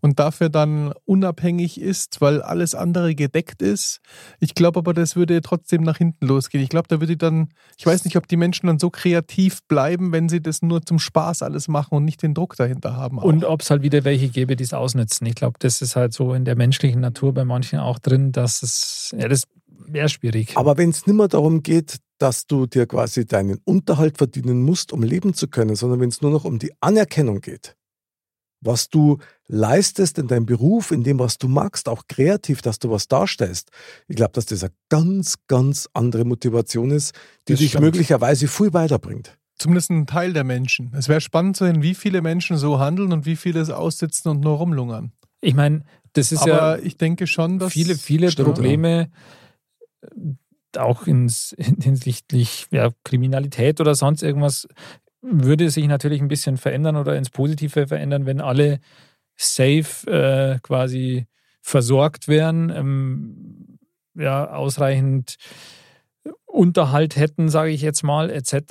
D: und dafür dann unabhängig ist, weil alles andere gedeckt ist. Ich glaube aber, das würde trotzdem nach hinten losgehen. Ich glaube, da würde dann, ich weiß nicht, ob die Menschen dann so kreativ bleiben, wenn sie das nur zum Spaß alles machen und nicht den Druck dahinter haben. auch.
B: Und ob es halt wieder welche gäbe, die es ausnutzen. Ich glaube, das ist halt so in der menschlichen Natur bei manchen auch drin, dass es, ja, das wäre
D: Genau.
B: schwierig.
A: Aber wenn es nicht mehr darum geht, dass du dir quasi deinen Unterhalt verdienen musst, um leben zu können, sondern wenn es nur noch um die Anerkennung geht, was du leistest in deinem Beruf, in dem, was du magst, auch kreativ, dass du was darstellst, ich glaube, dass das eine ganz, ganz andere Motivation ist, die
D: Das
A: dich
D: stimmt.
A: möglicherweise viel weiterbringt.
D: Zumindest ein Teil der Menschen. Es wäre spannend zu sehen, wie viele Menschen so handeln und wie viele es aussitzen und nur rumlungern.
B: Ich meine, das ist ja
D: aber ich denke schon, dass
B: viele, viele
D: Stimmt.
B: Probleme äh, auch ins, hinsichtlich ja, Kriminalität oder sonst irgendwas würde sich natürlich ein bisschen verändern oder ins Positive verändern, wenn alle safe äh, quasi versorgt wären, ähm, ja, ausreichend Unterhalt hätten, sage ich jetzt mal, etc.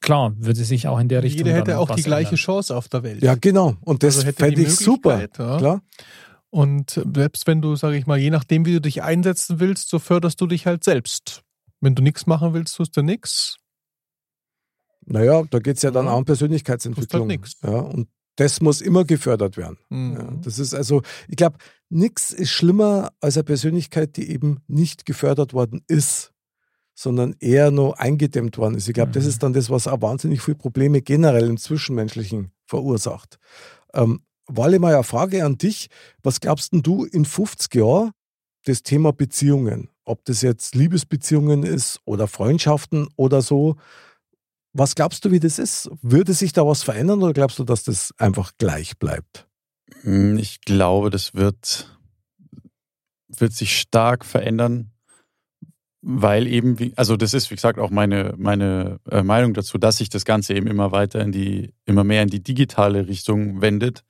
B: Klar, würde sich auch in der Richtung.
D: Jeder
B: dann
D: hätte auch
B: was
D: die gleiche
B: ändern.
D: Chance auf der Welt.
A: Ja, genau. Und das
D: Also hätte
A: fände
D: die
A: ich super.
D: Möglichkeit, ja.
A: Klar?
D: Und selbst wenn du, sage ich mal, je nachdem, wie du dich einsetzen willst, so förderst du dich halt selbst. Wenn du nichts machen willst, tust du nichts.
A: Naja, da geht es ja dann
D: Ja.
A: auch um Persönlichkeitsentwicklung.
D: Kostet nix.
A: ja, und das muss immer gefördert werden.
D: Hm.
A: Ja,
D: Mhm.
A: das ist also, ich glaube, nichts ist schlimmer als eine Persönlichkeit, die eben nicht gefördert worden ist, sondern eher nur eingedämmt worden ist. Ich glaube, das
B: Mhm.
A: ist dann das, was auch wahnsinnig viele Probleme generell im Zwischenmenschlichen verursacht. Ähm, Wally, mal eine Frage an dich. Was glaubst denn du in 50 Jahren das Thema Beziehungen? Ob das jetzt Liebesbeziehungen ist oder Freundschaften oder so. Was glaubst du, wie das ist? Würde sich da was verändern oder glaubst du, dass das einfach gleich bleibt?
E: Hm, Ich glaube, das wird, wird sich stark verändern, weil eben, wie, also das ist, wie gesagt, auch meine, meine äh, Meinung dazu, dass sich das Ganze eben immer weiter in die, immer mehr in die digitale Richtung wendet.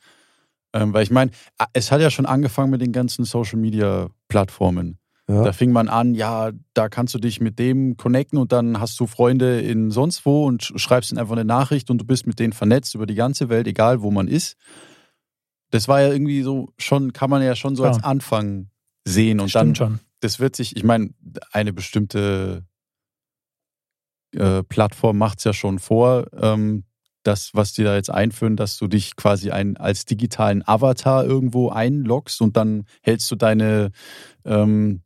E: Ähm, weil ich meine, a- es hat ja schon angefangen mit den ganzen Social Media Plattformen.
A: Ja.
E: Da fing man an, ja, da kannst du dich mit dem connecten und dann hast du Freunde in sonst wo und sch- schreibst ihnen einfach eine Nachricht und du bist mit denen vernetzt über die ganze Welt, egal wo man ist. Das war ja irgendwie so schon, kann man ja schon so
B: Ja.
E: als Anfang sehen und dann
B: Stimmt schon.
E: das wird sich, ich meine, eine bestimmte äh, Plattform macht es ja schon vor, ähm, das, was die da jetzt einführen, dass du dich quasi ein, als digitalen Avatar irgendwo einloggst und dann hältst du deine, ähm,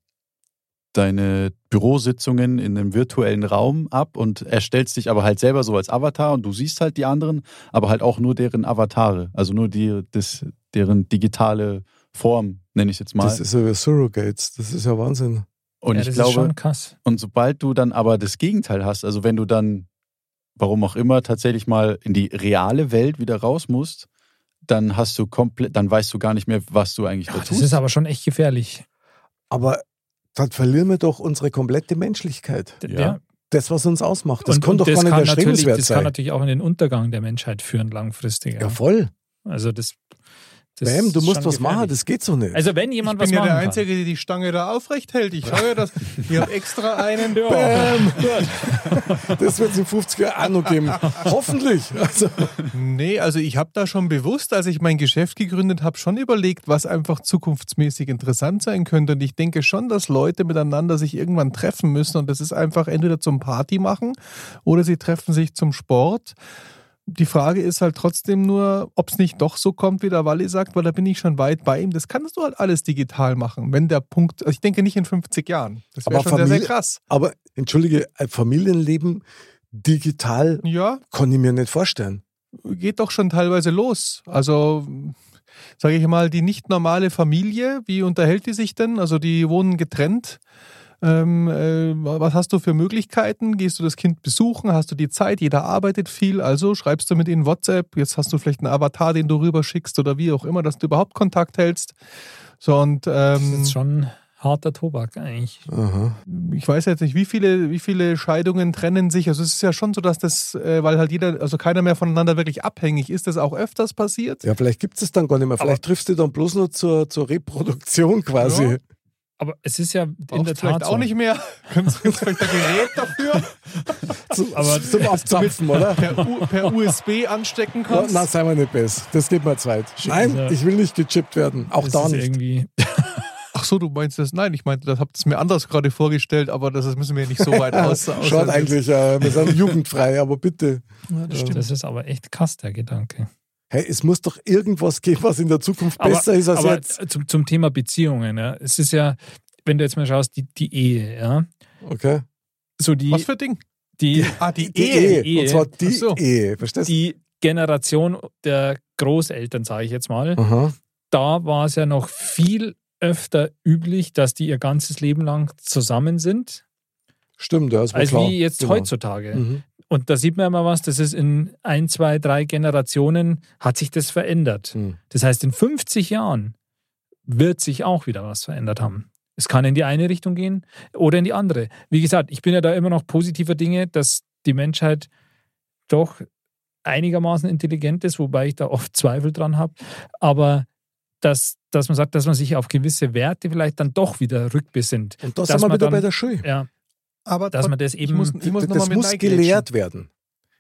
E: deine Bürositzungen in einem virtuellen Raum ab und erstellst dich aber halt selber so als Avatar und du siehst halt die anderen, aber halt auch nur deren Avatare, also nur die, das, deren digitale Form, nenne ich es jetzt mal.
A: Das ist ja wie Surrogates, das ist ja Wahnsinn.
E: und
B: ja,
E: ich
B: das
E: glaube,
B: ist schon krass.
E: und sobald du dann aber das Gegenteil hast, also wenn du dann, warum auch immer, tatsächlich mal in die reale Welt wieder raus musst, dann hast du komplett, dann weißt du gar nicht mehr, was du eigentlich da
B: Ach, das
E: tust.
B: ist aber schon echt gefährlich.
A: Aber dann verlieren wir doch unsere komplette Menschlichkeit.
B: D-
E: Ja.
B: Der,
A: Das, was uns ausmacht. Das
B: Und-
A: kann
B: und
A: doch gar nicht
B: natürlich,
A: erstrebenswert
B: Das kann
A: sein.
B: natürlich auch in den Untergang der Menschheit führen, langfristig. Ja.
A: Ja, voll.
B: Also das, das
A: Bam, du
B: ist
A: musst
B: schon
A: was machen,
B: gefährlich.
A: das geht so nicht.
B: also wenn
D: Ich
B: jemand
D: bin
B: was
D: ja
B: machen
D: der
B: kann.
D: Einzige, der die Stange da aufrecht hält. Ich schaue ja das. Ich habe extra einen.
B: Ja.
A: das wird es in 50 Jahren auch noch geben. Hoffentlich. Also,
D: Nee, also ich habe da schon bewusst, als ich mein Geschäft gegründet habe, schon überlegt, was einfach zukunftsmäßig interessant sein könnte. Und ich denke schon, dass Leute miteinander sich irgendwann treffen müssen. Und das ist einfach entweder zum Party machen oder sie treffen sich zum Sport. Die Frage ist halt trotzdem nur, ob es nicht doch so kommt, wie der Walli sagt, weil da bin ich schon weit bei ihm. Das kannst du halt alles digital machen, wenn der Punkt, also ich denke nicht in 50 Jahren. Das wäre
A: Aber
D: schon sehr, sehr
A: Familie-
D: krass.
A: aber entschuldige, ein Familienleben digital
D: Ja,
A: kann ich mir nicht vorstellen.
D: geht doch schon teilweise los. Also sage ich mal, die nicht normale Familie, wie unterhält die sich denn? Also die wohnen getrennt. Ähm, äh, was hast du für Möglichkeiten? Gehst du das Kind besuchen? Hast du die Zeit? Jeder arbeitet viel, also schreibst du mit ihnen WhatsApp. Jetzt hast du vielleicht einen Avatar, den du rüberschickst oder wie auch immer, dass du überhaupt Kontakt hältst. So und
B: Das
D: ähm,
B: ist schon harter Tobak eigentlich.
A: Aha.
D: ich weiß jetzt nicht, wie viele, wie viele Scheidungen trennen sich. Also es ist ja schon so, dass das, äh, weil halt jeder, also keiner mehr voneinander wirklich abhängig ist, das auch öfters passiert.
A: Ja, vielleicht gibt es dann gar nicht mehr. Vielleicht triffst du dann bloß nur zur, zur Reproduktion quasi.
D: Ja.
B: Aber es ist ja in
D: Braucht
B: der
D: vielleicht
B: Tat.
D: auch
B: so.
D: nicht mehr. Kannst du jetzt vielleicht ein Gerät dafür
A: Zu,
B: Aber-
A: zum Abzapfen, oder?
D: per, U per USB anstecken
A: Na,
D: kannst?
A: na, seien wir nicht besser. Das geht mal zweit. Nein,
B: Also-
A: ich will nicht gechippt werden. Auch
B: Es
A: da
B: ist
A: nicht.
B: irgendwie.
D: Ach so, du meinst das? Nein, ich meinte, das habt ihr mir anders gerade vorgestellt, aber das müssen wir nicht so weit aus. aus-
A: Schaut Ah, eigentlich, äh, wir sind jugendfrei, aber bitte.
B: Das, ist aber echt krass, der Gedanke.
A: Hey, es muss doch irgendwas geben, was in der Zukunft besser ist als
B: aber äh,
A: jetzt.
B: Zum, zum Thema Beziehungen, ja. Es ist ja, wenn du jetzt mal schaust, die, die Ehe, ja.
A: Okay.
B: So die,
D: Was für Ding?
B: die,
D: Ah, die
A: Die
D: Ehe.
A: Ehe.
B: Ehe.
A: Und zwar die
D: Ach so.
A: Ehe. Verstehst du?
B: die Generation der Großeltern, sage ich jetzt mal,
A: Aha.
B: da war es ja noch viel öfter üblich, dass die ihr ganzes Leben lang zusammen sind,
A: Stimmt, ja, ist mir
B: als
A: klar.
B: wie jetzt
A: Genau.
B: heutzutage.
A: Mhm.
B: Und da sieht man immer was, das ist in ein, zwei, drei Generationen hat sich das verändert.
A: Mhm.
B: Das heißt, in 50 Jahren wird sich auch wieder was verändert haben. Es kann in die eine Richtung gehen oder in die andere. Wie gesagt, ich bin ja da immer noch positiver Dinge, dass die Menschheit doch einigermaßen intelligent ist, wobei ich da oft Zweifel dran habe. Aber dass, dass man sagt, dass man sich auf gewisse Werte vielleicht dann doch wieder rückbesinnt.
A: Und da
B: Dass
A: sind wir
B: man
A: wieder
B: dann-
A: bei der Schule.
B: Ja,
D: Aber
B: dass man das
D: ich
B: eben.
D: muss, ich muss nochmal
A: das
D: mit
A: muss
D: Neigrätschen.
A: gelehrt werden.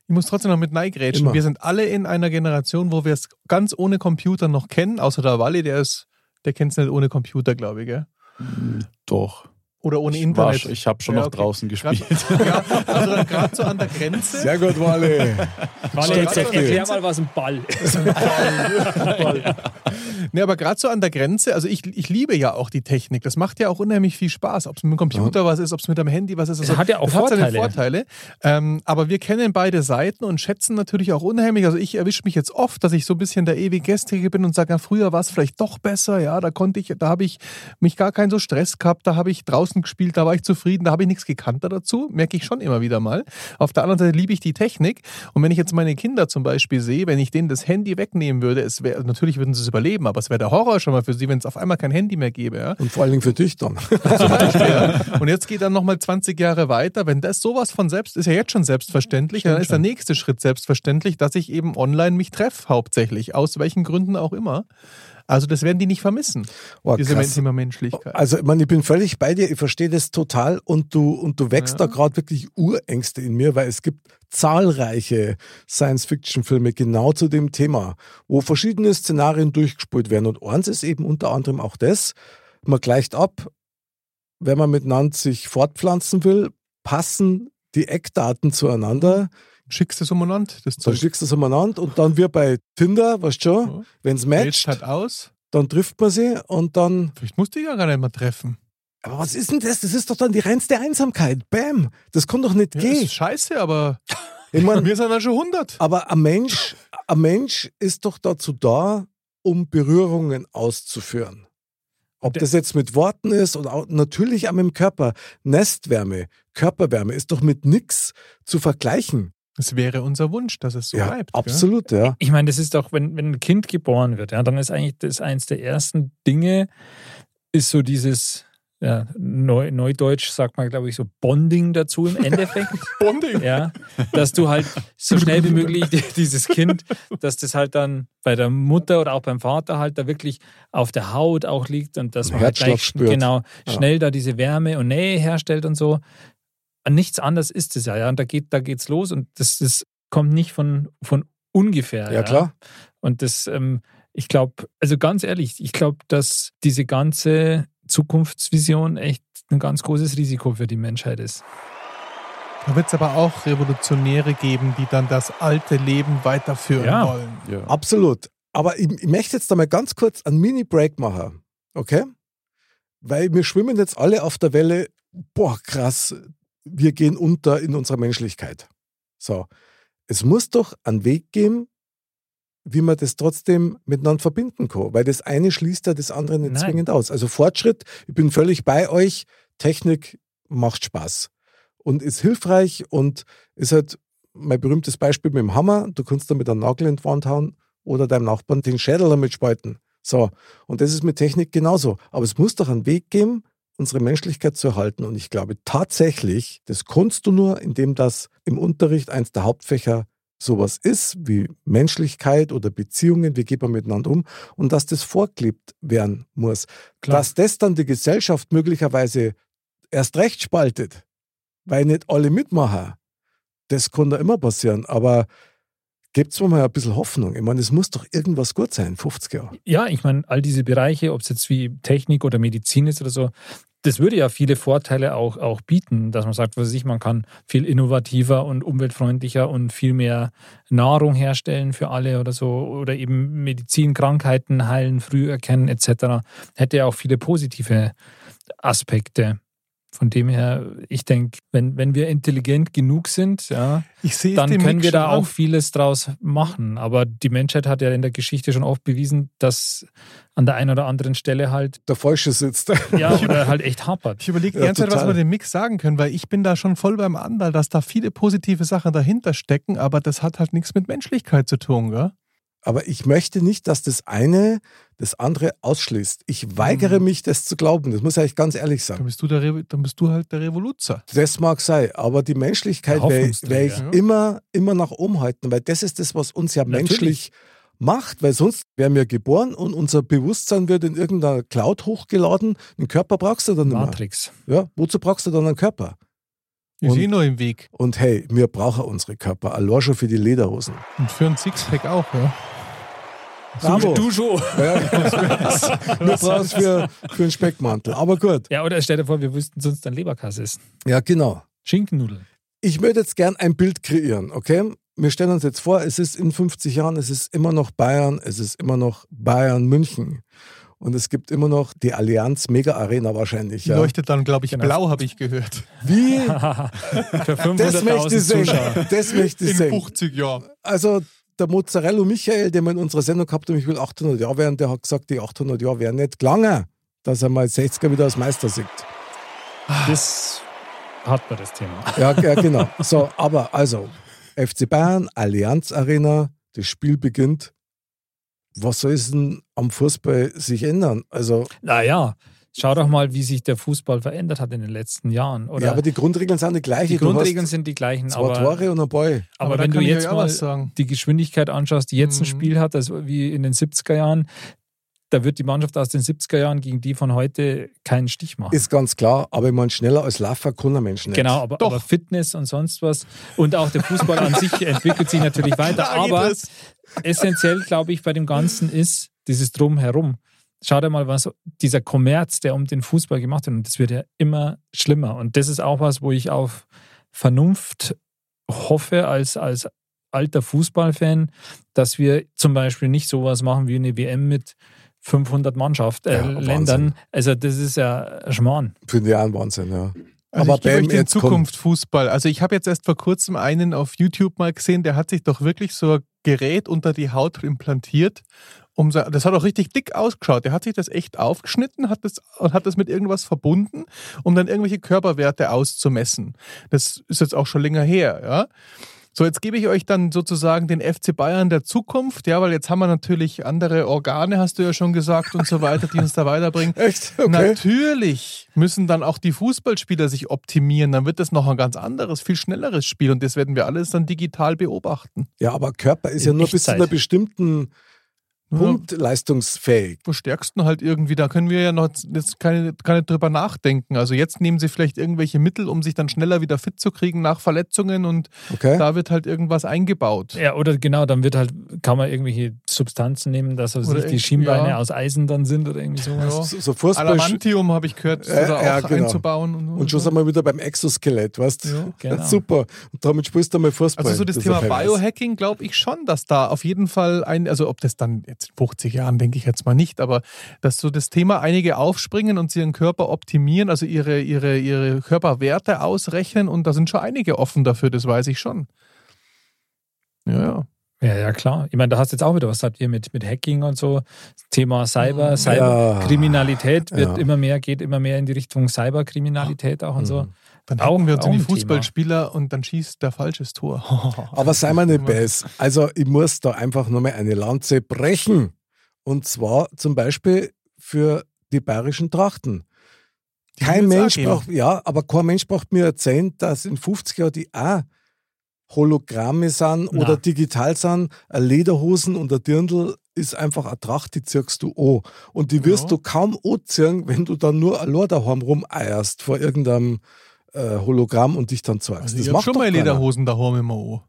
D: Ich muss trotzdem noch mit neigrätschen.
A: Immer.
D: Wir sind alle in einer Generation, wo wir es ganz ohne Computer noch kennen, außer der Wally, der ist, der kennt es nicht ohne Computer, glaube ich, gell?
E: Doch.
D: Oder ohne
E: ich war
D: Internet.
E: sch- ich habe schon
D: Ja,
E: noch
D: okay.
E: draußen
D: Grad-
E: gespielt.
D: ja, also dann gerade so an der Grenze.
A: Sehr gut, Wale.
B: Warte,
D: Stolz
B: jetzt
D: auf die
B: erklär
D: Grenze.
B: mal, was ein Ball ist.
D: Nee, aber gerade so an der Grenze, also ich, ich liebe ja auch die Technik. Das macht ja auch unheimlich viel Spaß, ob es mit dem Computer was ist, ob es mit dem Handy was ist. Also
B: Es hat ja auch
D: das hat seine Vorteile.
B: Vorteile.
D: Ähm, aber wir kennen beide Seiten und schätzen natürlich auch unheimlich. Also ich erwische mich jetzt oft, dass ich so ein bisschen der ewig Gestrige bin und sage, ja, früher war es vielleicht doch besser, ja, da konnte ich, da habe ich mich gar keinen so Stress gehabt, da habe ich draußen gespielt, da war ich zufrieden, da habe ich nichts gekannt dazu, merke ich schon immer wieder mal. Auf der anderen Seite liebe ich die Technik und wenn ich jetzt meine Kinder zum Beispiel sehe, wenn ich denen das Handy wegnehmen würde, es wäre, natürlich würden sie es überleben, aber es wäre der Horror schon mal für sie, wenn es auf einmal kein Handy mehr gäbe, ja.
A: Und vor allen Dingen für dich dann.
D: Und jetzt geht dann nochmal 20 Jahre weiter. Wenn das sowas von selbst ist, ja jetzt schon selbstverständlich, dann ist der nächste Schritt selbstverständlich, dass ich eben online mich treffe, hauptsächlich. Aus welchen Gründen auch immer. Also, das werden die nicht vermissen,
A: Oh,
D: diese
A: krass.
D: Men- Thema Menschlichkeit.
A: Also, ich, meine, ich bin völlig bei dir, ich verstehe das total und du, und du wächst da gerade wirklich Urängste in mir, weil es gibt zahlreiche Science-Fiction-Filme genau zu dem Thema, wo verschiedene Szenarien durchgespult werden. Und eins ist eben unter anderem auch das, man gleicht ab, wenn man miteinander sich fortpflanzen will, passen die Eckdaten
D: Mhm.
A: zueinander,
D: Schickst du es umeinander, das
A: dann
D: Zeug.
A: schickst du es umeinander und dann wir bei Tinder, weißt du schon,
D: Ja.
A: wenn es
D: Matcht
A: matcht,
D: halt aus.
A: dann trifft man sie und dann
D: Vielleicht musste ich ja gar nicht mal treffen.
A: Aber was ist denn das? Das ist doch dann die reinste Einsamkeit. Bam! Das kann doch nicht
D: Ja,
A: gehen.
D: ist scheiße, aber
A: Ich
D: bei
A: mein,
D: mir sind ja schon 100.
A: aber ein Mensch, ein Mensch ist doch dazu da, um Berührungen auszuführen. Ob
B: Der-
A: das jetzt mit Worten ist und auch natürlich auch mit dem Körper. Nestwärme, Körperwärme ist doch mit nix zu vergleichen.
D: Es wäre unser Wunsch, dass es so
A: ja,
D: bleibt.
A: absolut, ja.
B: Ich meine, das ist doch, wenn, wenn ein Kind geboren wird, ja, dann ist eigentlich das eins der ersten Dinge, ist so dieses, ja, Neu, Neudeutsch sagt man, glaube ich, so Bonding dazu im Endeffekt.
D: Gell? Bonding.
B: ja, dass du halt so schnell wie möglich die- dieses Kind, dass das halt dann bei der Mutter oder auch beim Vater halt da wirklich auf der Haut auch liegt und dass
A: Ein
B: man halt gleich
A: Herzschlag spürt.
B: genau
A: Ja.
B: schnell da diese Wärme und Nähe herstellt und so. Und nichts anderes ist es ja, ja. Und da geht, da geht's los und das, das kommt nicht von, von ungefähr.
A: Ja, klar.
B: Und das, ähm, ich glaube, also ganz ehrlich, ich glaube, dass diese ganze Zukunftsvision echt ein ganz großes Risiko für die Menschheit ist.
D: Da wird es aber auch Revolutionäre geben, die dann das alte Leben weiterführen
B: Ja.
D: wollen.
E: Ja.
A: Absolut. Aber ich, ich möchte jetzt da mal ganz kurz einen Mini-Break machen. Okay? Weil wir schwimmen jetzt alle auf der Welle, boah, krass, wir gehen unter in unserer Menschlichkeit. So. Es muss doch einen Weg geben, wie man das trotzdem miteinander verbinden kann. Weil das eine schließt ja das andere nicht
B: Nein.
A: zwingend aus. Also Fortschritt, ich bin völlig bei euch. Technik macht Spaß und ist hilfreich und ist halt mein berühmtes Beispiel mit dem Hammer. Du kannst damit einen Nagel in die Wand hauen oder deinem Nachbarn den Schädel damit spalten. So. Und das ist mit Technik genauso. Aber es muss doch einen Weg geben, unsere Menschlichkeit zu erhalten. Und ich glaube tatsächlich, das kannst du nur, indem das im Unterricht eins der Hauptfächer sowas ist wie Menschlichkeit oder Beziehungen, wie geht man miteinander um und dass das vorgelebt werden muss.
B: Klar.
A: Dass das dann die Gesellschaft möglicherweise erst recht spaltet, weil nicht alle mitmachen, das kann da immer passieren, aber gibt's mir mal ein bisschen Hoffnung. Ich meine, es muss doch irgendwas gut sein, 50 Jahre.
B: Ja, ich meine, all diese Bereiche, ob es jetzt wie Technik oder Medizin ist oder so, das würde ja viele Vorteile auch, auch bieten, dass man sagt, was weiß ich, man kann viel innovativer und umweltfreundlicher und viel mehr Nahrung herstellen für alle oder so oder eben Medizin, Krankheiten heilen, früh erkennen etc. Hätte ja auch viele positive Aspekte. Von dem her, ich denke, wenn, wenn wir intelligent genug sind, ja,
D: Ich sehe es
B: dann
D: dem
B: können wir
D: Nick
B: da
D: schon an.
B: auch vieles draus machen. Aber die Menschheit hat ja in der Geschichte schon oft bewiesen, dass an der einen oder anderen Stelle halt,
A: Der Falsche sitzt.
B: ja, oder halt echt
D: Ich
B: hapert.
D: überlege die
A: Ja,
D: ganze Zeit, was
A: total.
D: wir dem Mix sagen können, weil ich bin da schon voll beim Andal, dass da viele positive Sachen dahinter stecken, aber das hat halt nichts mit Menschlichkeit zu tun, gell?
A: Aber ich möchte nicht, dass das eine das andere ausschließt. Ich
B: Mhm.
A: weigere mich, das zu glauben. Das muss ich ganz ehrlich
D: Dann
A: sagen.
D: bist du, der Re dann bist du halt der Revoluzer.
A: Das mag sein, aber die Menschlichkeit
B: Der
A: werde ich,
B: Hoffnungsträger.
A: werde ich
D: Ja.
A: immer, immer nach oben halten, weil das ist das, was uns ja
B: Natürlich.
A: menschlich macht, weil sonst wären wir geboren und unser Bewusstsein wird in irgendeiner Cloud hochgeladen. Einen Körper brauchst du dann nicht
B: Matrix.
A: mehr. Ja? Wozu brauchst du dann einen Körper?
D: Ich
A: Und-
D: sehe nur im Weg.
A: Und hey, wir brauchen unsere Körper. Allein schon für die Lederhosen.
D: Und für ein Sixpack auch, ja.
A: Bravo.
B: schon.
A: Ja, wir brauchen es für, für einen Speckmantel. Aber gut.
B: Ja, oder stell dir vor, wir wüssten sonst dann Leberkass essen.
A: Ja, genau.
B: Schinkennudeln.
A: Ich würde jetzt gern ein Bild kreieren, okay? Wir stellen uns jetzt vor, es ist in 50 Jahren, es ist immer noch Bayern, es ist immer noch Bayern München. Und es gibt immer noch die Allianz Mega Arena wahrscheinlich.
D: Die
A: Ja.
D: leuchtet dann, glaube ich,
B: Genau.
D: blau, habe ich gehört.
A: Wie?
B: Für
A: Das möchte
B: 500.000
A: ich sehen.
B: Zuschauer.
A: Das möchte ich
D: In
A: sehen.
D: 50 Jahren.
A: Also der Mozzarella Michael, den wir in unserer Sendung gehabt haben, ich will 800 Jahre werden, der hat gesagt, die 800 Jahre wären nicht lange, dass er mal 60er wieder als Meister sieht.
B: Das hat man das Thema.
A: Ja, ja, genau. So, aber also, FC Bayern, Allianz Arena, das Spiel beginnt. Was soll es denn am Fußball sich ändern? Also,
B: Naja, schau doch mal, wie sich der Fußball verändert hat in den letzten Jahren. Oder
A: ja, aber die Grundregeln sind die gleiche.
B: die Grundregeln
A: du
B: sind die gleichen.
A: hast zwei
B: aber
A: Tore und ein Ball.
B: Aber,
D: da
B: wenn du
D: kann ich
B: jetzt
D: euch auch
B: mal
D: was sagen.
B: die Geschwindigkeit anschaust, die jetzt ein
D: Mhm.
B: Spiel hat, also wie in den 70er Jahren, da wird die Mannschaft aus den 70er Jahren gegen die von heute keinen Stich machen.
A: Ist ganz klar, aber ich meine, schneller als Laffer kann ein Mensch nicht.
B: Genau, aber,
D: Doch.
B: aber Fitness und sonst was und auch der Fußball an sich entwickelt sich natürlich weiter.
D: Da geht
B: Aber
D: es.
B: essentiell, glaube ich, bei dem Ganzen ist dieses Drumherum. Schau dir mal, was dieser Kommerz, der um den Fußball gemacht wird, und das wird ja immer schlimmer. Und das ist auch was, wo ich auf Vernunft hoffe, als, als alter Fußballfan, dass wir zum Beispiel nicht sowas machen wie eine WM mit 500 Mannschaft, äh,
A: Ja, Wahnsinn.
B: Ländern. Also, das ist ja Schmarrn.
A: Finde ich auch ein Wahnsinn, ja.
D: Also
A: Aber
D: ich gebe
A: Bam,
D: euch den
A: jetzt komm.
D: Zukunft Fußball. Also ich habe jetzt erst vor kurzem einen auf YouTube mal gesehen, der hat sich doch wirklich so ein Gerät unter die Haut implantiert. Um, se- das hat auch richtig dick ausgeschaut. Der hat sich das echt aufgeschnitten hat das, und hat das mit irgendwas verbunden, um dann irgendwelche Körperwerte auszumessen. Das ist jetzt auch schon länger her, ja. So, jetzt gebe ich euch dann sozusagen den FC Bayern der Zukunft, ja, weil jetzt haben wir natürlich andere Organe, hast du ja schon gesagt und so weiter, die uns da weiterbringen.
A: Echt? Okay.
D: Natürlich müssen dann auch die Fußballspieler sich optimieren. Dann wird das noch ein ganz anderes, viel schnelleres Spiel und das werden wir alles dann digital beobachten.
A: Ja, aber Körper ist
B: In
A: ja nur bis zu
B: Echtzeit.
A: einer bestimmten
D: Ja,
A: Punkt leistungsfähig.
D: am stärksten halt irgendwie, da können wir ja noch jetzt keine, keine drüber nachdenken. Also jetzt nehmen sie vielleicht irgendwelche Mittel, um sich dann schneller wieder fit zu kriegen nach Verletzungen und
A: Okay?
D: da wird halt irgendwas eingebaut.
B: Ja, oder genau, dann wird halt, kann man irgendwelche Substanzen nehmen, dass also
D: Oder
B: nicht die
D: irgend-
B: Schienbeine
D: ja.
B: aus Eisen dann sind oder irgendwie sowas.
A: So, so Fußball.
D: Alamantium habe ich gehört, ist
A: Äh,
D: da auch
A: ja, genau.
D: einzubauen. Und,
A: Und schon sind wir wieder beim Exoskelett, weißt du?
D: Ja,
B: genau.
A: Super. Und damit spielst du mal Fußball.
D: Also so das,
A: ist
D: Thema
A: ein Verweis.
D: Biohacking glaube ich schon, dass da auf jeden Fall ein, also ob das dann jetzt in 50 Jahren denke ich jetzt mal nicht, aber dass so das Thema einige aufspringen und sie ihren Körper optimieren, also ihre, ihre, ihre Körperwerte ausrechnen und da sind schon einige offen dafür, das weiß ich schon. Ja, ja.
B: Ja, ja, klar. Ich meine, da hast du jetzt auch wieder was sagt ihr mit, mit Hacking und so. Thema Cyber, Cyberkriminalität wird
A: Ja.
B: immer mehr, geht immer mehr in die Richtung Cyberkriminalität auch und so.
A: Mhm.
D: Dann
B: Auch-
D: hauen wir uns
B: auch
D: in die
B: ein Thema.
D: Fußballspieler und dann schießt der falsches Tor.
A: Aber sei mal nicht bess. Also ich muss da einfach nochmal eine Lanze brechen. Und zwar zum Beispiel für die bayerischen Trachten.
D: Die
A: Kein
D: wird's auch
A: Mensch
D: geben.
A: braucht, ja, aber kein Mensch braucht mir erzählen, dass in 50 Jahren die auch Hologramme sind
B: Na.
A: oder digital sind, eine Lederhosen und ein Dirndl ist einfach eine Tracht, die ziehst du an. Und die wirst
D: Ja.
A: du kaum anziehen, wenn du dann nur allein daheim rumeierst vor irgendeinem äh, Hologramm und dich dann zeigst.
D: Also
A: das
D: ich
A: macht
D: hab schon
A: doch
D: mal
A: keiner.
D: Lederhosen daheim immer an.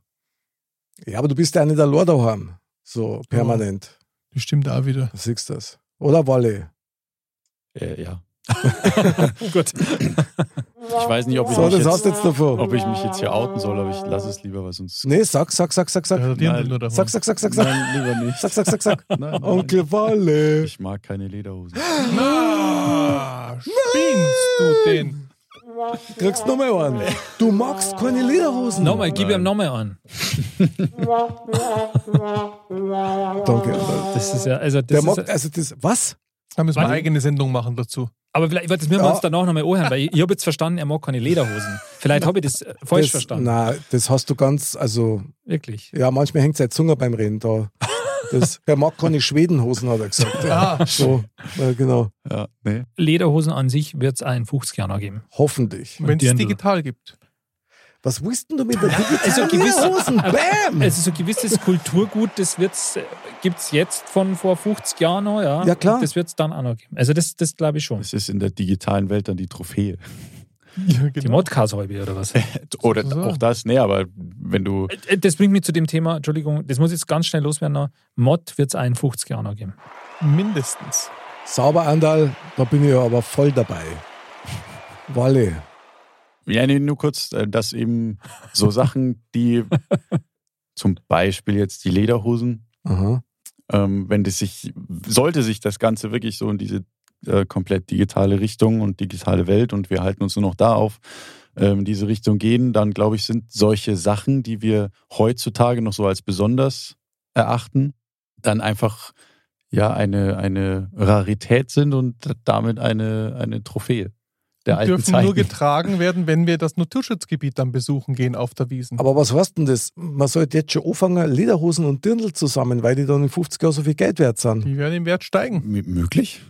A: Ja, aber du bist ja nicht allein daheim. So permanent.
D: Das stimmt auch wieder.
A: Du siehst das. Oder Wolle.
E: Äh, ja.
B: Gut.
E: Ich weiß nicht, ob ich,
A: So,
E: mich,
A: das
E: jetzt,
A: hast du jetzt davon.
E: ob ich mich jetzt hier outen soll, aber ich lasse es lieber, weil sonst.
A: Nee, sag, sag, sag, sag, sag.
D: Da hat er
E: Nein.
D: nur daheim.
A: Sag, sag, sag, sag, sag.
E: Nein, lieber nicht.
A: Sag, sag, sag, sag.
E: Nein, nein,
A: Onkel Wolle.
E: Ich mag keine Lederhosen.
D: Ah, spinnst du den?
A: Kriegst nochmal einen. Du magst keine Lederhosen.
B: Nochmal, gib ihm nochmal an.
A: Danke. Alter.
B: Das ist ja, also
A: Der
B: das
A: mag,
B: ist,
A: also das, was?
D: Da müssen wir
B: Wann-
D: eine eigene Sendung machen dazu.
B: aber vielleicht, warte, das müssen wir
A: Ja.
B: uns danach nochmal anhören, weil ich, ich habe jetzt verstanden, er mag keine Lederhosen. Vielleicht habe ich das äh, falsch
A: das,
B: verstanden.
A: Nein, das hast du ganz, also,
B: Wirklich.
A: ja, manchmal hängt seine Zunge beim Reden da. Das, der mag keine Schwedenhosen, hat er gesagt. Ja,
D: Ah.
A: so, ja, genau.
E: Ja, ne? nee.
B: Lederhosen an sich wird es auch in 50 Jahren noch geben.
A: Hoffentlich.
D: Wenn es
B: Dirndl.
D: digital gibt.
A: Was wussten du mit der digitalen
B: also gewisse-
A: Lederhosen? Bam!
B: Also so ein gewisses Kulturgut, das wird's, äh, gibt es jetzt von vor 50 Jahren noch, ja.
A: Ja, klar.
B: Und Das wird es dann auch noch geben. Also das, das glaube ich schon.
E: Es ist in der digitalen Welt dann die Trophäe.
D: Ja,
B: Die Modcast-Halbe oder was?
E: Oder
D: So.
E: auch das, nee, aber wenn du.
B: Äh, Das bringt mich zu dem Thema, Entschuldigung, das muss jetzt ganz schnell loswerden. noch. Mod wird es 51 Jahre noch geben.
D: Mindestens.
A: Sauber, Andal, da bin ich ja aber voll dabei. Walle.
E: Ja, nee, nur kurz, äh, dass eben so Sachen, die zum Beispiel jetzt die Lederhosen,
A: Aha.
E: ähm, wenn das sich, sollte sich das Ganze wirklich so in diese äh, komplett digitale Richtung und digitale Welt und wir halten uns nur noch da auf, ähm, diese Richtung gehen, dann glaube ich, sind solche Sachen, die wir heutzutage noch so als besonders erachten, dann einfach ja eine, eine Rarität sind und damit eine, eine Trophäe der
D: Die
E: alten
D: dürfen
E: Zeit.
D: nur getragen werden, wenn wir das Naturschutzgebiet dann besuchen gehen auf der Wiesen.
A: Aber was heißt denn das? Man sollte jetzt schon anfangen, Lederhosen und Dirndl zusammen, weil die dann in 50 Jahren so viel Geld wert sind.
D: Die werden im Wert steigen.
E: möglich?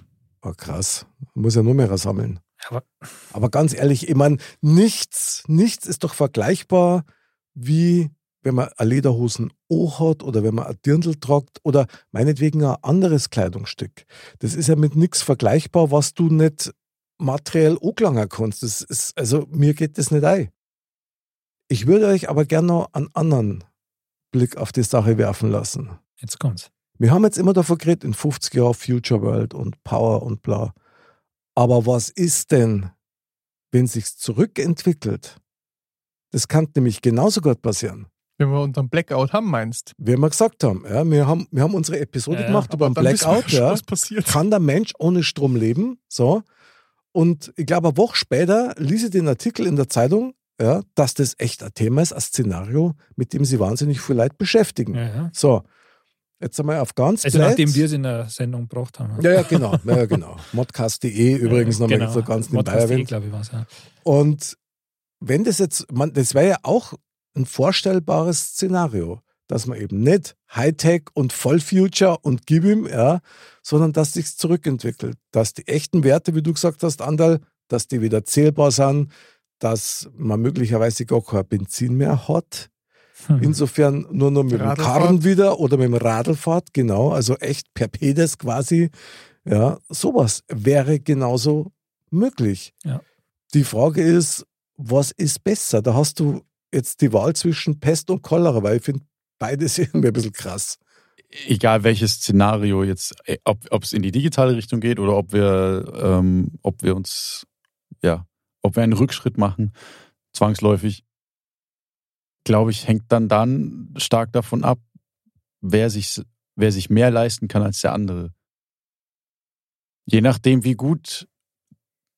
A: Oh, krass. Muss ja nur mehr sammeln.
B: Aber-
A: Aber ganz ehrlich, ich meine, nichts, nichts ist doch vergleichbar, wie wenn man eine Lederhosen auch hat oder wenn man ein Dirndl tragt oder meinetwegen ein anderes Kleidungsstück. Das ist ja mit nichts vergleichbar, was du nicht materiell angelangen kannst. Das ist, also mir geht das nicht ein. Ich würde euch aber gerne noch einen anderen Blick auf die Sache werfen lassen.
B: Jetzt kommt's.
A: Wir haben jetzt immer davon geredet, in 50 Jahren Future World und Power und bla. Aber was ist denn, wenn sich's zurückentwickelt? Das kann nämlich genauso gut passieren.
D: Wenn wir unseren Blackout haben, meinst
A: Wie wir gesagt haben, ja, wir haben, wir haben unsere Episode
B: Ja, ja.
A: gemacht über einen
D: dann wissen wir
A: Blackout.
D: schon,
A: Ja.
D: was passiert.
A: Kann der Mensch ohne Strom leben? So. Und ich glaube, eine Woche später ließ ich den Artikel in der Zeitung, ja, dass das echt ein Thema ist, ein Szenario, mit dem sie wahnsinnig viel Leute beschäftigen.
B: Ja, ja.
A: So, jetzt einmal auf ganz
B: Also
A: Hm. blöd.
B: nachdem wir es in der Sendung gebracht haben. genau.
A: Ja, ja, genau. Ja, ja, genau. Modcast.de übrigens nochmal so ganz nebenbei
B: Modcast.de,
A: erwähnt.
B: glaube eh, ich, war's, ja.
A: Und wenn das jetzt, man, das wäre ja auch ein vorstellbares Szenario, dass man eben nicht Hightech und Vollfuture und gib ihm, ja, sondern dass sich's zurückentwickelt, dass die echten Werte, wie du gesagt hast, Andal, dass die wieder zählbar sind, dass man möglicherweise gar kein Benzin mehr hat,
D: Mhm.
B: Hm.
A: Insofern nur noch mit
D: Radl
A: dem Karren wieder oder mit dem Radlfahrt, genau, also echt per Pedes quasi. Ja, sowas wäre genauso möglich.
B: Ja.
A: Die Frage ist, was ist besser? Da hast du jetzt die Wahl zwischen Pest und Cholera, weil ich finde beides irgendwie ein bisschen krass.
E: egal welches Szenario jetzt, äh, ob es in die digitale Richtung geht oder ob wir, ähm, ob wir uns, ja, ob wir einen Rückschritt machen, zwangsläufig, glaube ich, hängt dann dann stark davon ab, wer sich, wer sich mehr leisten kann als der andere. Je nachdem, wie gut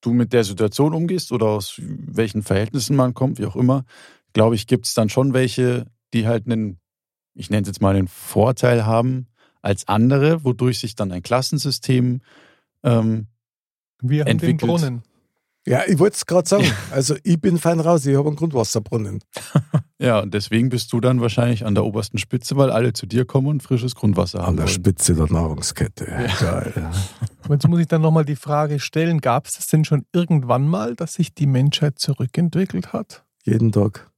E: du mit der Situation umgehst oder aus welchen Verhältnissen man kommt, wie auch immer, glaube ich, gibt es dann schon welche, die halt einen ich nenne es jetzt mal den Vorteil haben als andere, wodurch sich dann ein Klassensystem ähm,
D: Wir haben
E: Entwickelt.
D: den Brunnen.
A: Ja, ich wollte es gerade sagen. Also ich bin fein raus, ich habe einen Grundwasserbrunnen.
E: ja, und deswegen bist du dann wahrscheinlich an der obersten Spitze, weil alle zu dir kommen und frisches Grundwasser haben. wollen.
A: Spitze der Nahrungskette. Geil.
D: Aber jetzt muss ich dann nochmal die Frage stellen, gab es das denn schon irgendwann mal, dass sich die Menschheit zurückentwickelt hat?
A: Jeden Tag.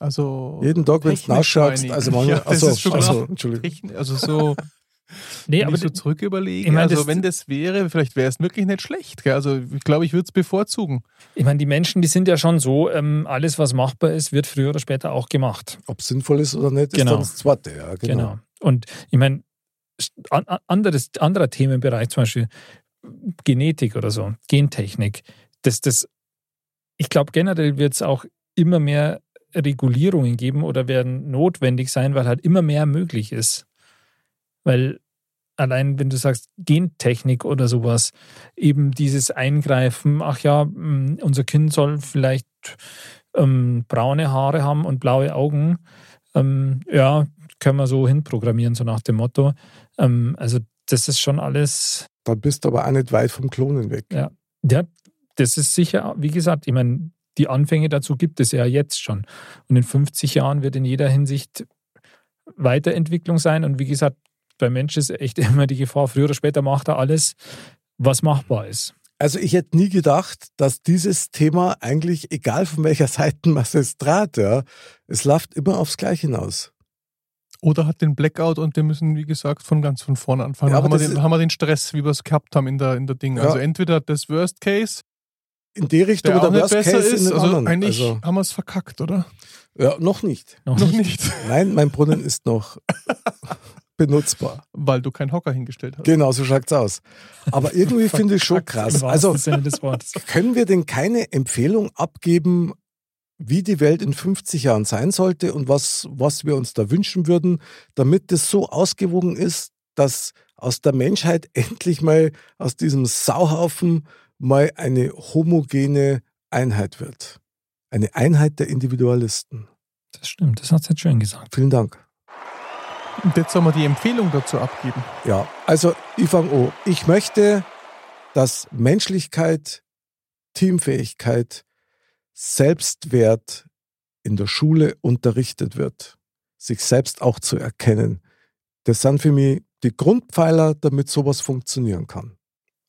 D: Also
A: Jeden Tag, wenn's
D: Technik
A: nachschaust,
D: meine ich.
A: also man-
D: ja, das
A: achso,
D: ist schon
A: achso,
D: auch
A: Entschuldigung.
D: Technik, Also so,
B: Nee,
D: wenn
B: aber
D: ich so zurück überlege.
B: ich mein,
D: also
B: das-
D: wenn das wäre, vielleicht wäre es wirklich nicht schlecht. Gell? Also ich glaube, ich würde es bevorzugen.
B: ich meine, die Menschen, die sind ja schon so, ähm, alles, was machbar ist, wird früher oder später auch gemacht.
A: Ob es sinnvoll ist oder nicht, ist
B: Genau.
A: dann das Zweite. Ja,
B: Genau.
A: genau.
B: Und ich meine, st- an- an- anderes, anderer Themenbereich, zum Beispiel Genetik oder so, Gentechnik, das, das, ich glaube, generell wird es auch immer mehr Regulierungen geben oder werden notwendig sein, weil halt immer mehr möglich ist. Weil allein, wenn du sagst Gentechnik oder sowas, eben dieses Eingreifen, ach ja, mh, unser Kind soll vielleicht ähm, braune Haare haben und blaue Augen, ähm, ja, können wir so hinprogrammieren, so nach dem Motto. Ähm, also das ist schon alles,
A: Dann bist du aber auch nicht weit vom Klonen weg.
B: Ja. ja, das ist sicher, wie gesagt, ich meine, die Anfänge dazu gibt es ja jetzt schon. Und in 50 Jahren wird in jeder Hinsicht Weiterentwicklung sein. Und wie gesagt, beim Mensch ist echt immer die Gefahr, früher oder später macht er alles, was machbar ist.
A: Also ich hätte nie gedacht, dass dieses Thema eigentlich, egal von welcher Seite man es trat, ja, es läuft immer aufs Gleiche hinaus.
D: Oder hat den Blackout und wir müssen, wie gesagt, von ganz von vorne anfangen.
A: Ja,
D: Ja, haben,
A: aber
D: wir
A: das
D: den,
A: ist-
D: haben wir den Stress, wie wir es gehabt haben in der, in der Ding.
A: Ja.
D: Also entweder das Worst Case,
A: In die Richtung
D: der auch
A: oder
D: nicht
A: Worst
D: besser
A: Case in
D: ist.
A: den
D: Also
A: anderen.
D: eigentlich
A: Also,
D: haben wir es verkackt, oder?
A: ja, noch nicht.
B: Noch
D: Noch
B: nicht.
D: nicht.
A: Nein, mein Brunnen ist noch benutzbar.
D: Weil du keinen Hocker hingestellt hast.
A: Genau, so schaut's aus. Aber irgendwie finde ich schon krass.
B: Im wahrsten
A: Also
B: Sinne des Wortes.
A: können wir denn keine Empfehlung abgeben, wie die Welt in 50 Jahren sein sollte und was, was wir uns da wünschen würden, damit das so ausgewogen ist, dass aus der Menschheit endlich mal aus diesem Sauhaufen mal eine homogene Einheit wird. Eine Einheit der Individualisten.
B: Das stimmt, das hast du jetzt schön gesagt.
A: Vielen Dank.
D: Und jetzt sollen wir die Empfehlung dazu abgeben.
A: Ja, also ich fange an. Ich möchte, dass Menschlichkeit, Teamfähigkeit, Selbstwert in der Schule unterrichtet wird. Sich selbst auch zu erkennen. Das sind für mich die Grundpfeiler, damit sowas funktionieren kann.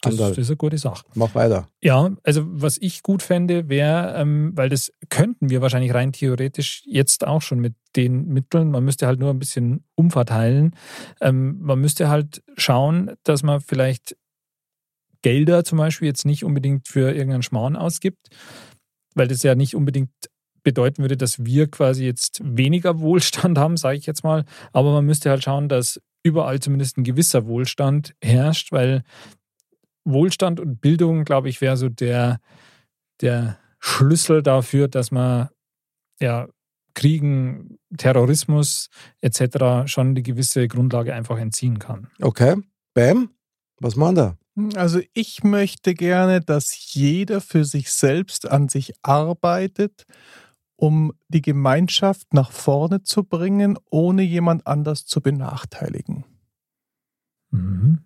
B: Das, das
A: Anderl,
B: ist eine gute Sache.
A: mach weiter.
B: Ja, also was ich gut fände, wäre, ähm, weil das könnten wir wahrscheinlich rein theoretisch jetzt auch schon mit den Mitteln. Man müsste halt nur ein bisschen umverteilen. Ähm, man müsste halt schauen, dass man vielleicht Gelder zum Beispiel jetzt nicht unbedingt für irgendeinen Schmarrn ausgibt, weil das ja nicht unbedingt bedeuten würde, dass wir quasi jetzt weniger Wohlstand haben, sage ich jetzt mal. Aber man müsste halt schauen, dass überall zumindest ein gewisser Wohlstand herrscht, weil Wohlstand und Bildung, glaube ich, wäre so der, der Schlüssel dafür, dass man ja, Kriegen, Terrorismus etc. schon eine gewisse Grundlage einfach entziehen kann.
A: Okay, bam. Was machen da?
D: Also ich möchte gerne, dass jeder für sich selbst an sich arbeitet, um die Gemeinschaft nach vorne zu bringen, ohne jemand anders zu benachteiligen.
B: Mhm.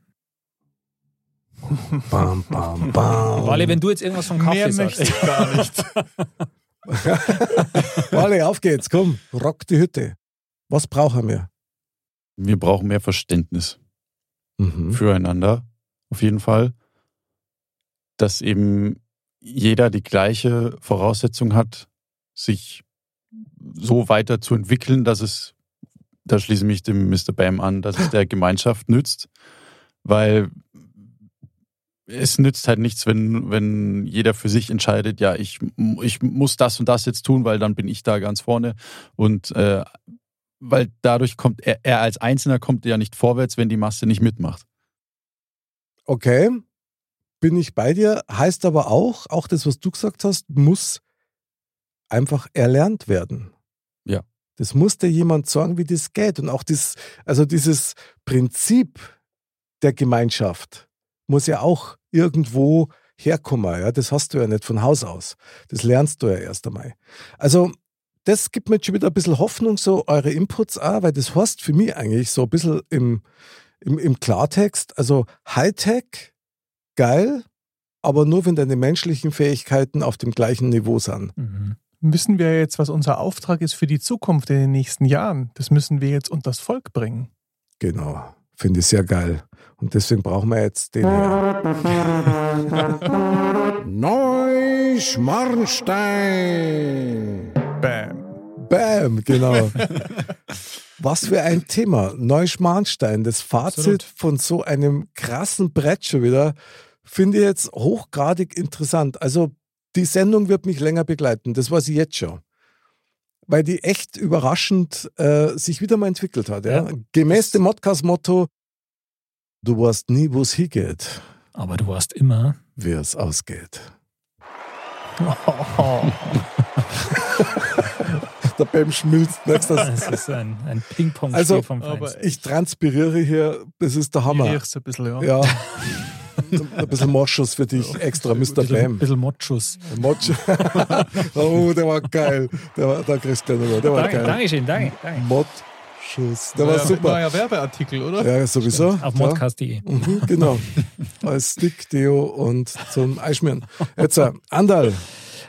A: Bam, bam, bam.
B: Wale, wenn du jetzt irgendwas vom Kaffee
D: Mehr
B: sagst.
D: möchte ich gar nicht.
A: Wally, auf geht's, komm, rock die Hütte. Was brauchen wir?
E: Wir brauchen mehr Verständnis.
A: Mhm.
E: füreinander, auf jeden Fall, dass eben jeder die gleiche Voraussetzung hat, sich so weiterzuentwickeln, dass es, da schließe ich mich dem Mr. Bam an, dass es der Gemeinschaft nützt, weil es nützt halt nichts, wenn, wenn jeder für sich entscheidet, ja, ich, ich muss das und das jetzt tun, weil dann bin ich da ganz vorne und äh, weil dadurch kommt er, er als Einzelner kommt ja nicht vorwärts, wenn die Masse nicht mitmacht.
A: Okay, bin ich bei dir, heißt aber auch, auch das, was du gesagt hast, muss einfach erlernt werden.
E: Ja.
A: Das muss dir jemand sagen, wie das geht. Und auch das, also dieses Prinzip der Gemeinschaft muss ja auch irgendwo herkommen. Ja? Das hast du ja nicht von Haus aus. Das lernst du ja erst einmal. Also, das gibt mir jetzt schon wieder ein bisschen Hoffnung, so eure Inputs auch, weil das heißt für mich eigentlich so ein bisschen im, im, im Klartext, also Hightech, geil, aber nur wenn deine menschlichen Fähigkeiten auf dem gleichen Niveau sind.
B: Mhm.
D: Wissen wir jetzt, was unser Auftrag ist für die Zukunft in den nächsten Jahren? Das müssen wir jetzt unters Volk bringen.
A: Genau, finde ich sehr geil. Und deswegen brauchen wir jetzt den her.
F: Neuschmarnstein.
D: Bam.
A: Bam, genau. Was für ein Thema. Neuschmarnstein, das Fazit
B: Absolut.
A: von so einem krassen Brett schon wieder, finde ich jetzt hochgradig interessant. Also die Sendung wird mich länger begleiten, das weiß ich jetzt schon. Weil die echt überraschend äh, sich wieder mal entwickelt hat. Ja?
B: Ja.
A: Gemäß dem Modcast-Motto, du weißt nie, wo es hingeht,
B: Aber du warst immer.
A: wie es ausgeht. Der Bam schmilzt. Merkst du das?
B: Das ist ein, ein Ping-Pong-Spiel
A: Also,
B: vom
D: aber-
B: Feinsten.
A: Ich transpiriere hier, das ist der
D: Ich
A: Hammer.
D: riech's ein bisschen, ja.
A: Ja. Ein bisschen Moschus für dich extra, Mr.
B: Bisschen,
A: Bam.
B: bisschen Motschus.
A: Mosch. oh, der war geil. Der war, da kriegst du gleich noch, Der war
B: Danke,
A: geil.
B: Dankeschön, danke, danke.
A: Moschus. Der
D: War
A: war
D: ja- War
A: super.
D: ja Werbeartikel, oder?
A: Ja, sowieso.
B: Auf
A: Ja.
B: modcast.de.
A: Mhm, genau. Als Stick, Deo und zum Eischmieren. Jetzt, äh, Andal,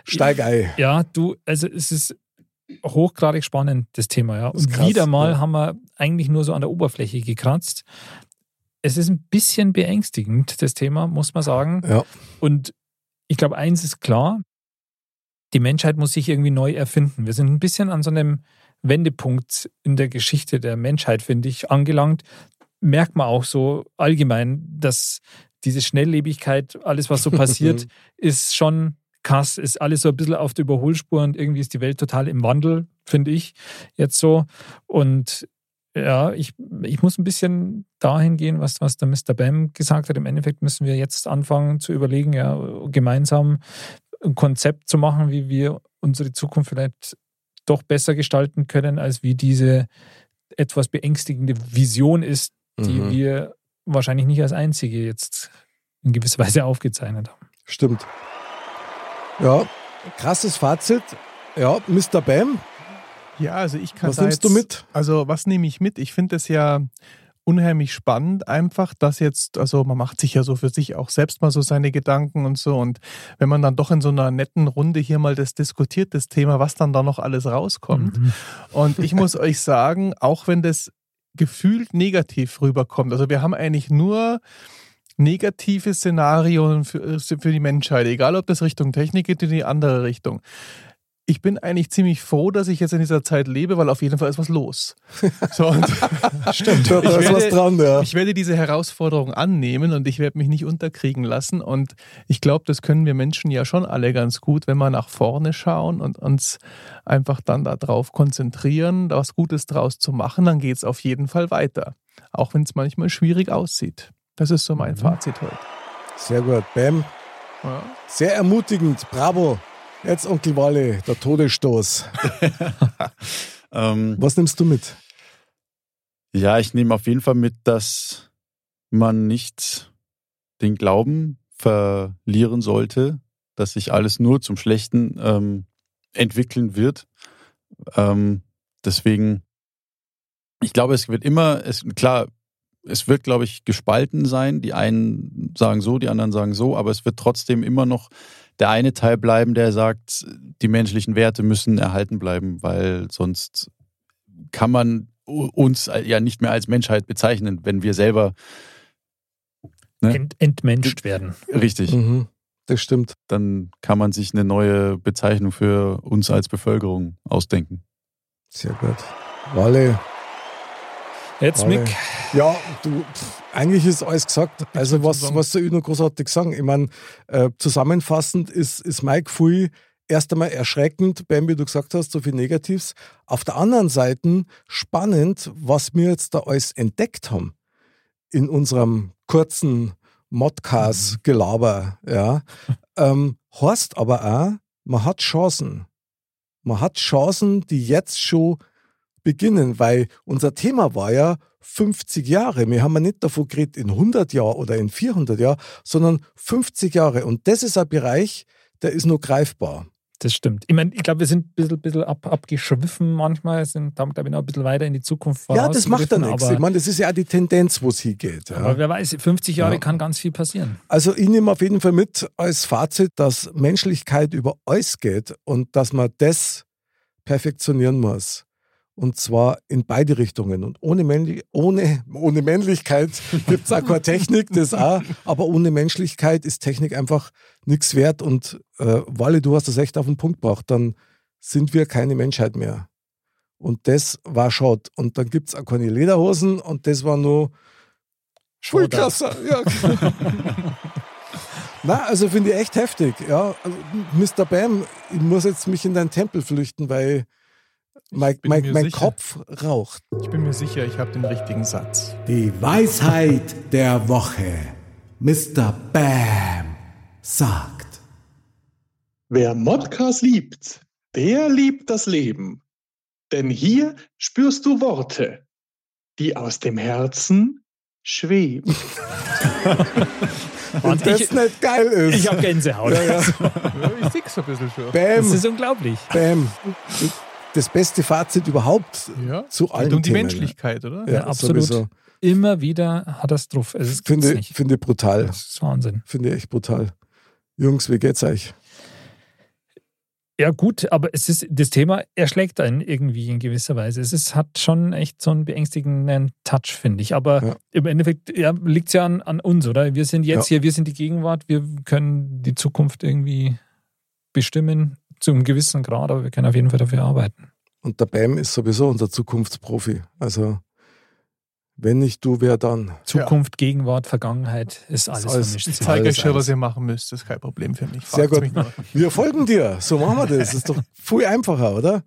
A: steig ein.
B: Ja, du, also es ist hochgradig spannend, das Thema, ja.
A: Das ist
B: Und
A: krass,
B: wieder mal
A: ja.
B: haben wir eigentlich nur so an der Oberfläche gekratzt. Es ist ein bisschen beängstigend, das Thema, muss man sagen.
A: Ja.
B: Und ich glaube, eins ist klar, die Menschheit muss sich irgendwie neu erfinden. Wir sind ein bisschen an so einem Wendepunkt in der Geschichte der Menschheit, finde ich, angelangt. Merkt man auch so allgemein, dass diese Schnelllebigkeit, alles, was so passiert, ist schon krass, ist alles so ein bisschen auf der Überholspur und irgendwie ist die Welt total im Wandel, finde ich jetzt so. Und ja, ich, ich muss ein bisschen dahin gehen, was, was der Mr. Bam gesagt hat. Im Endeffekt müssen wir jetzt anfangen zu überlegen, ja, gemeinsam ein Konzept zu machen, wie wir unsere Zukunft vielleicht doch besser gestalten können, als wie diese etwas beängstigende Vision ist, die
A: Mhm.
B: wir wahrscheinlich nicht als einzige jetzt in gewisser Weise aufgezeichnet haben.
A: Stimmt. Ja, krasses Fazit. Ja, Mr. Bam,
D: Ja, also ich kann
A: was
D: da
A: nimmst du
D: jetzt-
A: mit?
D: Also, was nehme ich mit? Ich finde es ja unheimlich spannend, einfach, dass jetzt, also man macht sich ja so für sich auch selbst mal so seine Gedanken und so. Und wenn man dann doch in so einer netten Runde hier mal das diskutiert, das Thema, was dann da noch alles rauskommt.
B: Mhm.
D: Und ich muss euch sagen, auch wenn das gefühlt negativ rüberkommt, also wir haben eigentlich nur negative Szenarien für, für die Menschheit, egal ob das Richtung Technik geht oder die andere Richtung. Ich bin eigentlich ziemlich froh, dass ich jetzt in dieser Zeit lebe, weil auf jeden Fall ist was los. So, und
A: Stimmt, da, da
D: Ich
A: ist was
D: werde-
A: dran, ja.
D: ich werde diese Herausforderung annehmen und ich werde mich nicht unterkriegen lassen. Und ich glaube, das können wir Menschen ja schon alle ganz gut, wenn wir nach vorne schauen und uns einfach dann darauf konzentrieren, da was Gutes draus zu machen, dann geht es auf jeden Fall weiter. Auch wenn es manchmal schwierig aussieht. Das ist so mein Fazit heute.
A: Sehr gut. Bam,
D: Mhm. Ja.
A: Sehr ermutigend, bravo. Jetzt Onkel Wally, der Todesstoß.
E: Ähm,
A: Was nimmst du mit?
E: Ja, ich nehme auf jeden Fall mit, dass man nicht den Glauben verlieren sollte, dass sich alles nur zum Schlechten ähm, entwickeln wird. Ähm, deswegen, ich glaube, es wird immer, es, klar, es wird, glaube ich, gespalten sein. Die einen sagen so, die anderen sagen so, aber es wird trotzdem immer noch der eine Teil bleiben, der sagt, die menschlichen Werte müssen erhalten bleiben, weil sonst kann man u- uns äh, ja nicht mehr als Menschheit bezeichnen, wenn wir selber Ja.
B: Ent, entmenscht werden.
E: richtig,
A: Mhm, das stimmt.
E: dann kann man sich eine neue Bezeichnung für uns als Bevölkerung ausdenken.
A: Sehr gut. Wally.
B: Jetzt,
A: Wally.
B: Mick,
A: Ja, du, pff, eigentlich ist alles gesagt. Also, was,
D: sagen.
A: was soll ich noch großartig sagen? Ich meine, äh, zusammenfassend ist, ist mein Gefühl erst einmal erschreckend, Ben, wie du gesagt hast, so viel Negatives. Auf der anderen Seite spannend, was wir jetzt da alles entdeckt haben in unserem kurzen Modcast-Gelaber.
B: Mhm.
A: Ja. Ähm, heißt aber auch, man hat Chancen. Man hat Chancen, die jetzt schon beginnen, weil unser Thema war ja 50 Jahre. Wir haben ja nicht davon geredet in 100 Jahren oder in 400 Jahren, sondern 50 Jahre. Und das ist ein Bereich, der ist nur greifbar.
B: das stimmt. Ich meine, ich glaube, wir sind ein bisschen, bisschen ab, abgeschwiffen manchmal, sind damit aber auch ein bisschen weiter in die Zukunft
A: ja, das macht ja
B: vorausgegriffen,
A: nichts.
B: Aber,
A: Ich meine, das ist ja auch die Tendenz, wo es hingeht.
B: aber
A: Ja.
B: wer weiß, 50 Jahre
A: Ja.
B: kann ganz viel passieren.
A: Also ich nehme auf jeden Fall mit als Fazit, dass Menschlichkeit über alles geht und dass man das perfektionieren muss. Und zwar in beide Richtungen. Und ohne, Männli ohne, ohne Männlichkeit gibt es auch keine Technik, das auch. Aber ohne Menschlichkeit ist Technik einfach nichts wert. Und äh, Wally, du hast das echt auf den Punkt gebracht. Dann sind wir keine Menschheit mehr. Und das war Schott. Und dann gibt es auch keine Lederhosen und das war nur Schulklasse. Ja. Na, also finde ich echt heftig. Ja, Also, Mr. Bam, ich muss jetzt mich in deinen Tempel flüchten, weil mein,
D: bin
A: mein,
D: mir
A: mein
D: sicher.
A: Kopf raucht.
D: Ich bin mir sicher, ich habe den richtigen Satz.
F: Die Weisheit der Woche. Mr. Bam sagt.
G: Wer Modcast liebt, der liebt das Leben. Denn hier spürst du Worte, die aus dem Herzen schweben.
A: Und
B: Und
A: das
B: ich-
A: nicht geil ist.
B: Ich habe Gänsehaut.
D: Ich tick's ein bisschen schon.
B: Das
A: Bam,
B: ist unglaublich.
A: bam. Das beste Fazit überhaupt
D: Ja.
B: Halt
A: zu
D: Geht
A: allen
D: um die
A: Themen.
D: Menschlichkeit, oder?
A: Ja,
B: Ja, absolut.
A: sowieso.
B: Immer wieder hat das drauf. Es ist gibt's
A: Finde,
B: nicht.
A: finde ich brutal.
B: Das ist Wahnsinn.
A: Finde ich echt brutal. Jungs, wie geht's euch?
B: Ja, gut, aber es ist, das Thema erschlägt einen irgendwie in gewisser Weise. Es ist, hat schon echt so einen beängstigenden Touch, finde ich. Aber
A: Ja.
B: im Endeffekt ja, liegt es ja an, an uns, oder? Wir sind jetzt hier, wir sind die Gegenwart, wir können die Zukunft irgendwie bestimmen, zu einem gewissen Grad, aber wir können auf jeden Fall dafür arbeiten.
A: Und der Bam ist sowieso unser Zukunftsprofi. Also, wenn nicht du, wer dann?
B: Zukunft, Gegenwart, Vergangenheit ist alles,
A: alles-
B: vermischt.
D: Ich zeige
A: Alles
D: euch schon,
A: eins.
D: was ihr machen müsst. Das ist kein Problem für mich.
A: Sehr
D: Fragt's
A: gut.
D: mich nur.
A: Wir folgen dir. So machen wir das. Ist doch viel einfacher, oder?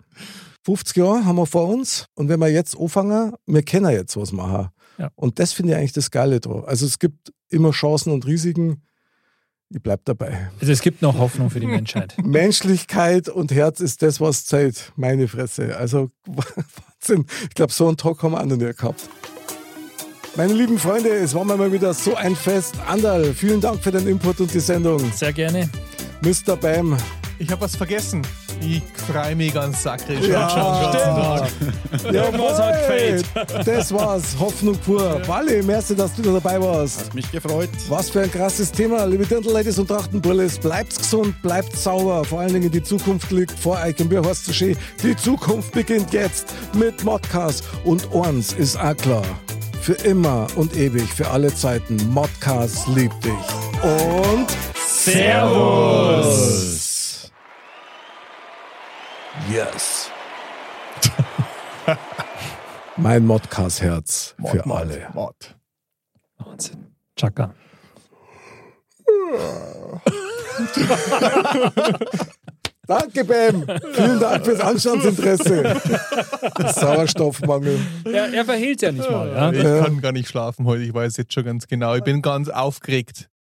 A: 50 Jahre haben wir vor uns. Und wenn wir jetzt anfangen, wir können jetzt was machen.
B: Ja.
A: Und das finde ich eigentlich das Geile drauf. Also, es gibt immer Chancen und Risiken. Ich bleib dabei.
B: Also es gibt noch Hoffnung für die Menschheit.
A: Menschlichkeit und Herz ist das, was zählt. Meine Fresse. Also Wahnsinn. Ich glaube, so einen Talk haben wir auch noch nie gehabt. Meine lieben Freunde, es war mir mal wieder so ein Fest. Andal, vielen Dank für den Input und die Sendung.
B: Sehr gerne.
A: Mr. Bam.
D: Ich habe was vergessen. Ich freue mich ganz sakrisch.
A: Ja,
D: stimmt.
A: Jawohl,
B: hat gefehlt.
A: das war's. Hoffnung pur. Wally, merci, dass du da dabei warst.
E: Hat mich gefreut.
A: Was für ein krasses Thema, liebe Dirndl-Ladies und Trachtenbrillis. Bleibt gesund, bleibt sauber. Vor allen Dingen die Zukunft liegt vor euch im Bierhorst zu Schee. Die Zukunft beginnt jetzt mit Modcast. Und uns ist auch klar. Für immer und ewig, für alle Zeiten. Modcast liebt dich. Und
B: Servus!
A: yes. mein Modcast-Herz für alle.
D: Mord.
B: Wahnsinn. Chaka.
A: Danke, Bam. Vielen Dank fürs Anstandsinteresse. Sauerstoffmangel.
B: Ja, er verhehlt ja nicht mal. Ja?
D: Ich kann gar nicht schlafen heute. Ich weiß jetzt schon ganz genau. Ich bin ganz aufgeregt.